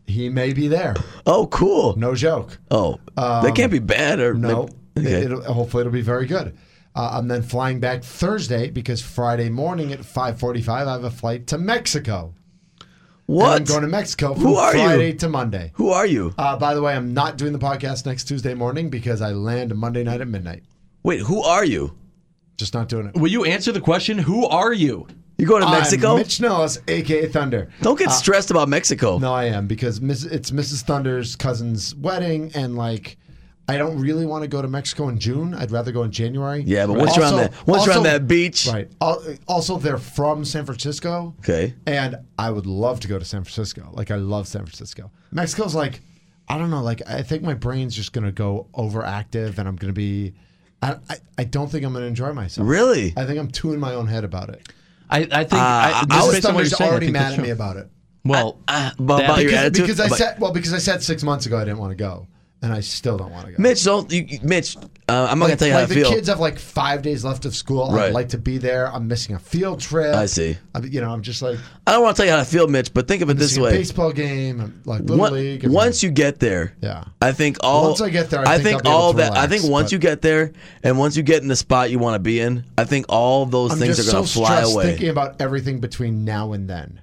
C: He may be there.
D: Oh, cool.
C: No joke.
D: Oh, that can't be bad. Or
C: Um, No.
D: maybe-
C: It-
D: okay.
C: it'll, hopefully, it'll be very good. Uh, I'm then flying back Thursday because Friday morning at 5:45 I have a flight to Mexico. And
D: what?
C: I'm going to Mexico from
D: Who are you?
C: Friday to Monday.
D: Who are you?
C: Uh, by the way, I'm not doing the podcast next Tuesday morning because I land Monday night at midnight.
D: Wait, who are you?
C: Just not doing it.
B: Will you answer the question? Who are you?
D: You going to Mexico?
C: I'm Mitch Nellis, aka Thunder.
D: Don't get
C: Uh,
D: stressed about Mexico.
C: No, I am because Miss, it's Mrs. Thunder's cousin's wedding, and like, I don't really want to go to Mexico in June. I'd rather go in January.
D: Yeah, but once you're on that- once you're on that beach-
C: right? Al- Also, they're from San Francisco,
D: Okay.
C: and I would love to go to San Francisco. Like, I love San Francisco. Mexico's like, I don't know. Like, I think my brain's just gonna go overactive, and I'm gonna be. I, I, I don't think I'm going to enjoy myself.
D: Really?
C: I think I'm too in my own head about it.
B: I, I think
C: Uh, I,
B: I, just based on what you're saying, I
C: already
B: think
C: mad
B: that's
C: at me
B: true.
C: about it.
B: Well,
D: Ah, about
B: that-
D: your
C: because,
D: attitude?
C: because I
D: About-
C: said well because I said six months ago I didn't want to go, and I still don't want to go.
D: Mitch, don't you, you- Mitch. Uh, I'm not gonna
C: Like-
D: tell you
C: like
D: how I
C: the
D: feel.
C: kids have like five days left of school.
D: Right.
C: I'd like to be there. I'm missing a field trip.
D: I see.
C: I'm- you know, I'm just like
D: I don't want to tell you how I feel, Mitch, but think of it this
C: missing a
D: way:
C: baseball game, I'm, like little
D: One-
C: league. and-
D: once you get there, yeah, I think all.
C: Once I get there, I think I'll be able
D: all
C: to
D: that. I
C: relax,
D: think once
C: but-
D: you get there, and once you get in the spot you want to be in, I think all of those
C: I'm
D: things
C: just
D: are going to
C: so
D: fly
C: stressed
D: away.
C: Thinking about everything between now and then.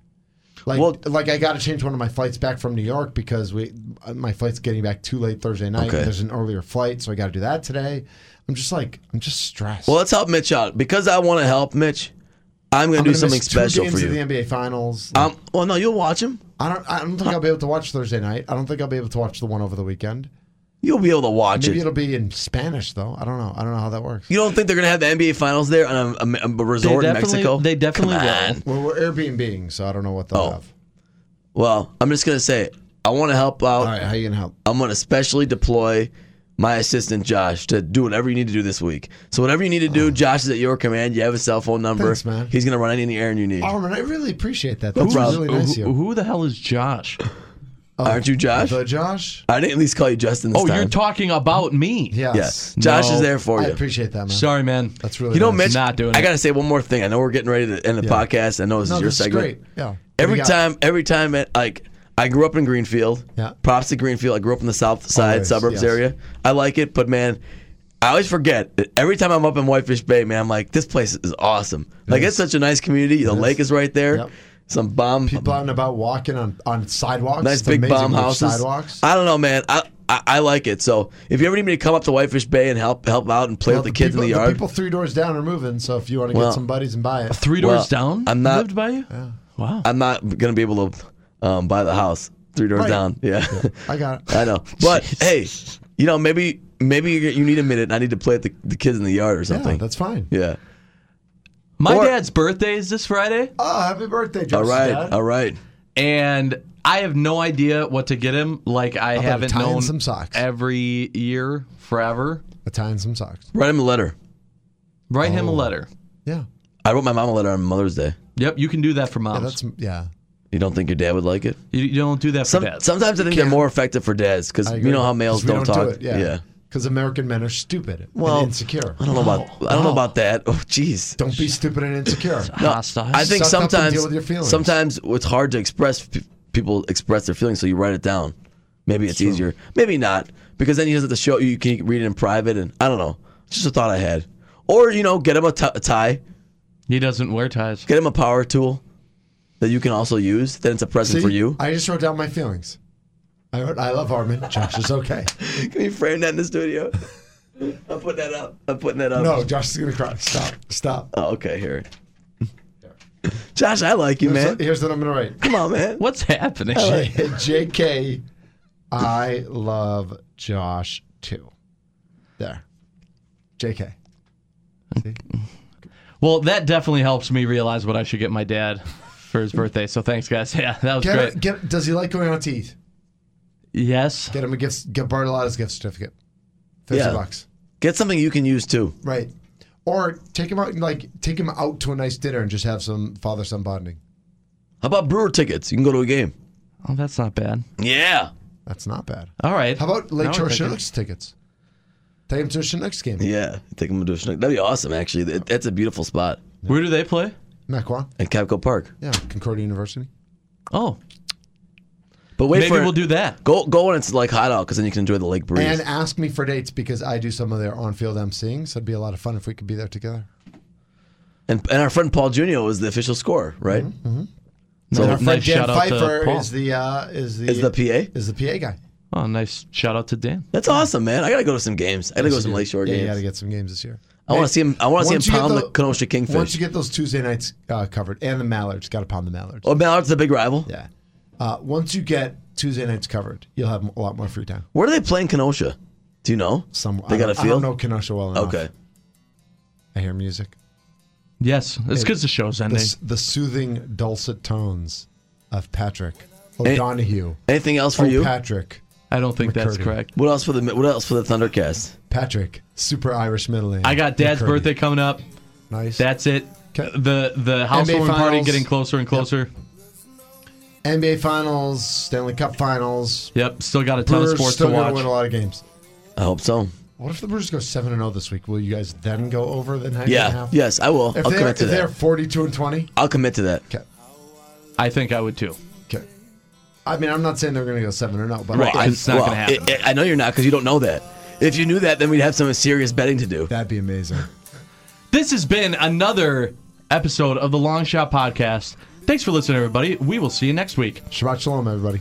C: Like, like I got to change one of my flights back from New York because we uh, my flight's getting back too late Thursday night.
D: Okay.
C: There's an earlier flight, so I got to do that today. I'm just like I'm just stressed.
D: Well, let's help Mitch out because I want to help Mitch. I'm going to do
C: gonna
D: something
C: miss
D: special
C: two
D: for
C: games
D: you.
C: Of the NBA Finals.
D: Um, well, no, you'll watch them.
C: I don't. I don't think I'll be able to watch Thursday night. I don't think I'll be able to watch the one over the weekend.
D: You'll be able to watch
C: Maybe
D: it.
C: it'll be in Spanish though. I don't know. I don't know how that works.
D: You don't think they're going to have the NBA finals there on a, a- a resort in
C: definitely-
D: Mexico?
C: they definitely
D: Come
C: will.
D: on.
C: Well, we're Airbnb, so I don't know what
D: Oh.
C: they'll have.
D: Well, I'm just going to say I want to help out. All
C: right, how you going to help?
D: I'm going to specially deploy my assistant Josh to do whatever you need to do this week. So whatever you need to do, Josh is at your command. You have his cell phone number.
C: Oh. Thanks, man.
D: He's going to run any errand you need.
C: Oh man, I really appreciate that.
D: No
C: That's
D: problem.
C: really nice of you.
B: Who, who the hell is Josh?
D: Aren't you Josh?
C: The Josh?
D: I didn't at least call you Justin this
B: Oh,
D: time.
B: you're talking about me.
D: Yes. Josh is there for you.
B: Sorry, man.
C: That's
D: you know, Mitch,
B: not doing
D: I
B: it.
D: gotta say one more thing. I know we're getting ready to end the podcast. I know this
C: No,
D: is your
C: this is
D: segment.
C: great. Yeah. What do
D: Every
C: you got?
D: time, every time, it, like I grew up in Greenfield.
C: Yeah.
D: Props to Greenfield. I grew up in the South Side
C: Always,
D: suburbs
C: yes.
D: area. I like it, but man, I always forget. Every time I'm up in Whitefish Bay, man, I'm like, this place is awesome. Like it's such a nice community. The lake is right there. Some bomb,
C: People out and about walking on, on sidewalks.
D: nice
C: It's
D: big
C: amazing
D: bomb
C: which
D: houses.
C: Sidewalks.
D: I don't know, man. I, I I like it. So if you ever need me to come up to Whitefish Bay and help help out and play
C: Well,
D: with the kids
C: people,
D: in the yard,
C: people three doors down are moving, so if you want to
D: Well,
C: get some buddies and buy it.
D: Well, I'm not by you.
B: Wow.
D: I'm not gonna be able to um, buy the house three doors
C: Right.
D: down. Yeah.
C: I got it.
D: I know. But hey, you know maybe maybe you you need a minute. and I need to play with the, the kids in the yard or something.
C: that's fine.
D: Yeah.
B: My
D: Or-
B: dad's birthday is this Friday.
C: Oh, happy birthday,
B: Josh!
D: All right, all right.
B: And I have no idea what to get him. Like I
C: about
B: haven't
C: Italian
B: known
C: some socks?
B: every year forever.
C: Italian some socks.
D: Write him a letter.
B: Write him
D: Oh.
B: a letter.
C: Yeah.
D: I wrote my mom a letter on Mother's Day.
B: Yep, you can do that for moms.
C: that's yeah.
D: You don't think your dad would like it?
B: You, you don't do that for
D: Some,
B: dads.
D: Sometimes I think they're more effective for dads because
C: I
D: you
C: agree.
D: know how males
C: 'Cause we
D: don't,
C: do
D: talk.
C: it, yeah. Because American men are stupid
D: Well,
C: and insecure.
D: I don't know about I don't
C: Wow.
D: know about that. Oh, jeez.
C: Don't be stupid and insecure.
D: No, I think
C: Suck up and
D: sometimes
C: deal with your feelings.
D: sometimes it's hard to express pe- people express their feelings, so you write it down. Maybe it's easier. Maybe not because then he doesn't have to show you. You can read it in private, and I don't know. It's just a thought I had. Or you know, get him a ti- a tie.
B: He doesn't wear ties.
D: Get him a power tool that you can also use. Then it's a present
C: See?
D: for you.
C: I just wrote down my feelings. I wrote, I love Armin. Josh is okay.
D: Can you frame that in the studio? I'm putting that up. I'm putting that up.
C: no, Josh is gonna cry. Stop. Stop.
D: Oh, okay, here. Josh, I like you,
C: here's
D: man.
C: What, here's what I'm gonna write.
D: Come on, man.
B: What's happening?
C: JK, I love Josh too. There. JK.
B: Well, that definitely helps me realize what I should get my dad for his birthday. So thanks, guys. Yeah, that was
C: Get,
B: great.
C: get, does he like going out to eat?
B: Yes.
C: Get him a gift. Get Bartolotta's gift certificate. Fifty
D: Yeah.
C: bucks.
D: Get something you can use too.
C: Right. Or take him out and like take him out to a nice dinner and just have some father son bonding.
D: How about brewer tickets? You can go to a game.
B: Oh, that's not bad.
D: Yeah.
C: That's not bad.
B: All right.
C: How about Lake
D: Now
C: Shore
D: we're thinking.
C: Shinooks tickets? Take him to a Shinooks game.
D: Yeah, take them to a Chinook. That'd be awesome, actually. That- That's a beautiful spot
B: Where do they play?
C: Mequon.
D: at Capco Park.
C: Yeah. Concordia University.
B: Oh,
D: But wait
B: Maybe
D: for
B: we'll do that.
D: Go go when it's like hot out, because then you can enjoy the lake breeze.
C: And ask me for dates because I do some of their on field emceeing, so it'd be a lot of fun if we could be there together.
D: and and our friend Paul Junio is the official scorer, right?
C: Mhm.
D: So
C: and our friend Dan
B: shout out to
C: Pfeiffer
B: Paul.
C: is the uh, is the
D: is the PA?
C: is the PA guy.
B: Oh, nice shout out to Dan.
D: That's awesome, man. I gotta go to some games. I gotta go to some Lake Shore
C: yeah,
D: games.
C: You got to get some games this year.
D: I want to see him. I want to see him
C: Once you get
D: pound the,
C: tho-
D: Kenosha Kingfish.
C: Once you get those Tuesday nights uh, covered, and the Mallards, got to pound the Mallards.
D: oh, Mallard's the big rival.
C: Yeah. Uh, once you get Tuesday nights covered, you'll have a lot more free time.
D: Where do they play in Kenosha? Do you know?
C: Some
D: They got a
C: I don't
D: field.
C: know Kenosha well enough.
D: Okay.
C: I hear music.
B: Yes, it's
C: It-
B: because the show's ending.
C: The, s- the soothing, dulcet tones of Patrick O'Donohue.
D: Anything else
C: Oh,
D: for you?
C: Patrick.
B: I don't think that's
C: McCurdy.
B: correct.
D: What else for the What else for the Thundercast?
C: Patrick, super Irish middle name.
B: I got Dad's
C: McCurdy.
B: birthday coming up.
C: Nice.
B: That's it. The the housewarming party
C: finals.
B: getting closer and closer.
C: NBA Finals, Stanley Cup Finals.
B: Yep. Still got a ton
C: Brewers
B: of sports
C: still
B: to
C: gonna
B: watch.
C: win a lot of games.
D: I hope so.
C: What if the Brewers go seven and zero this week? Will you guys then go over the nine and a
D: Yeah.
C: half?
D: Yes, I will.
C: If
D: I'll
C: they're,
D: commit
C: if
D: to
C: they're
D: that.
C: forty-two and twenty,
D: I'll commit to that.
C: Okay.
B: I think I would too.
C: Okay. I mean, I'm not saying they're going to go seven or no, but
D: Right.
C: I,
D: Well, it- it- I know you're not because you don't know that. If you knew that, then we'd have some serious betting to do.
C: That'd be amazing.
B: This has been another episode of the Long Shot Podcast. Thanks for listening, everybody. We will see you next week.
C: Shabbat shalom, everybody.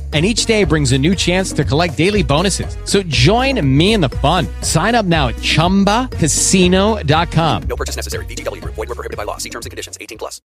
G: And each day brings a new chance to collect daily bonuses. So join me in the fun. Sign up now at chumbacasino.com.
H: No purchase necessary. VGW Group. Void were prohibited by law. See terms and conditions. 18 plus.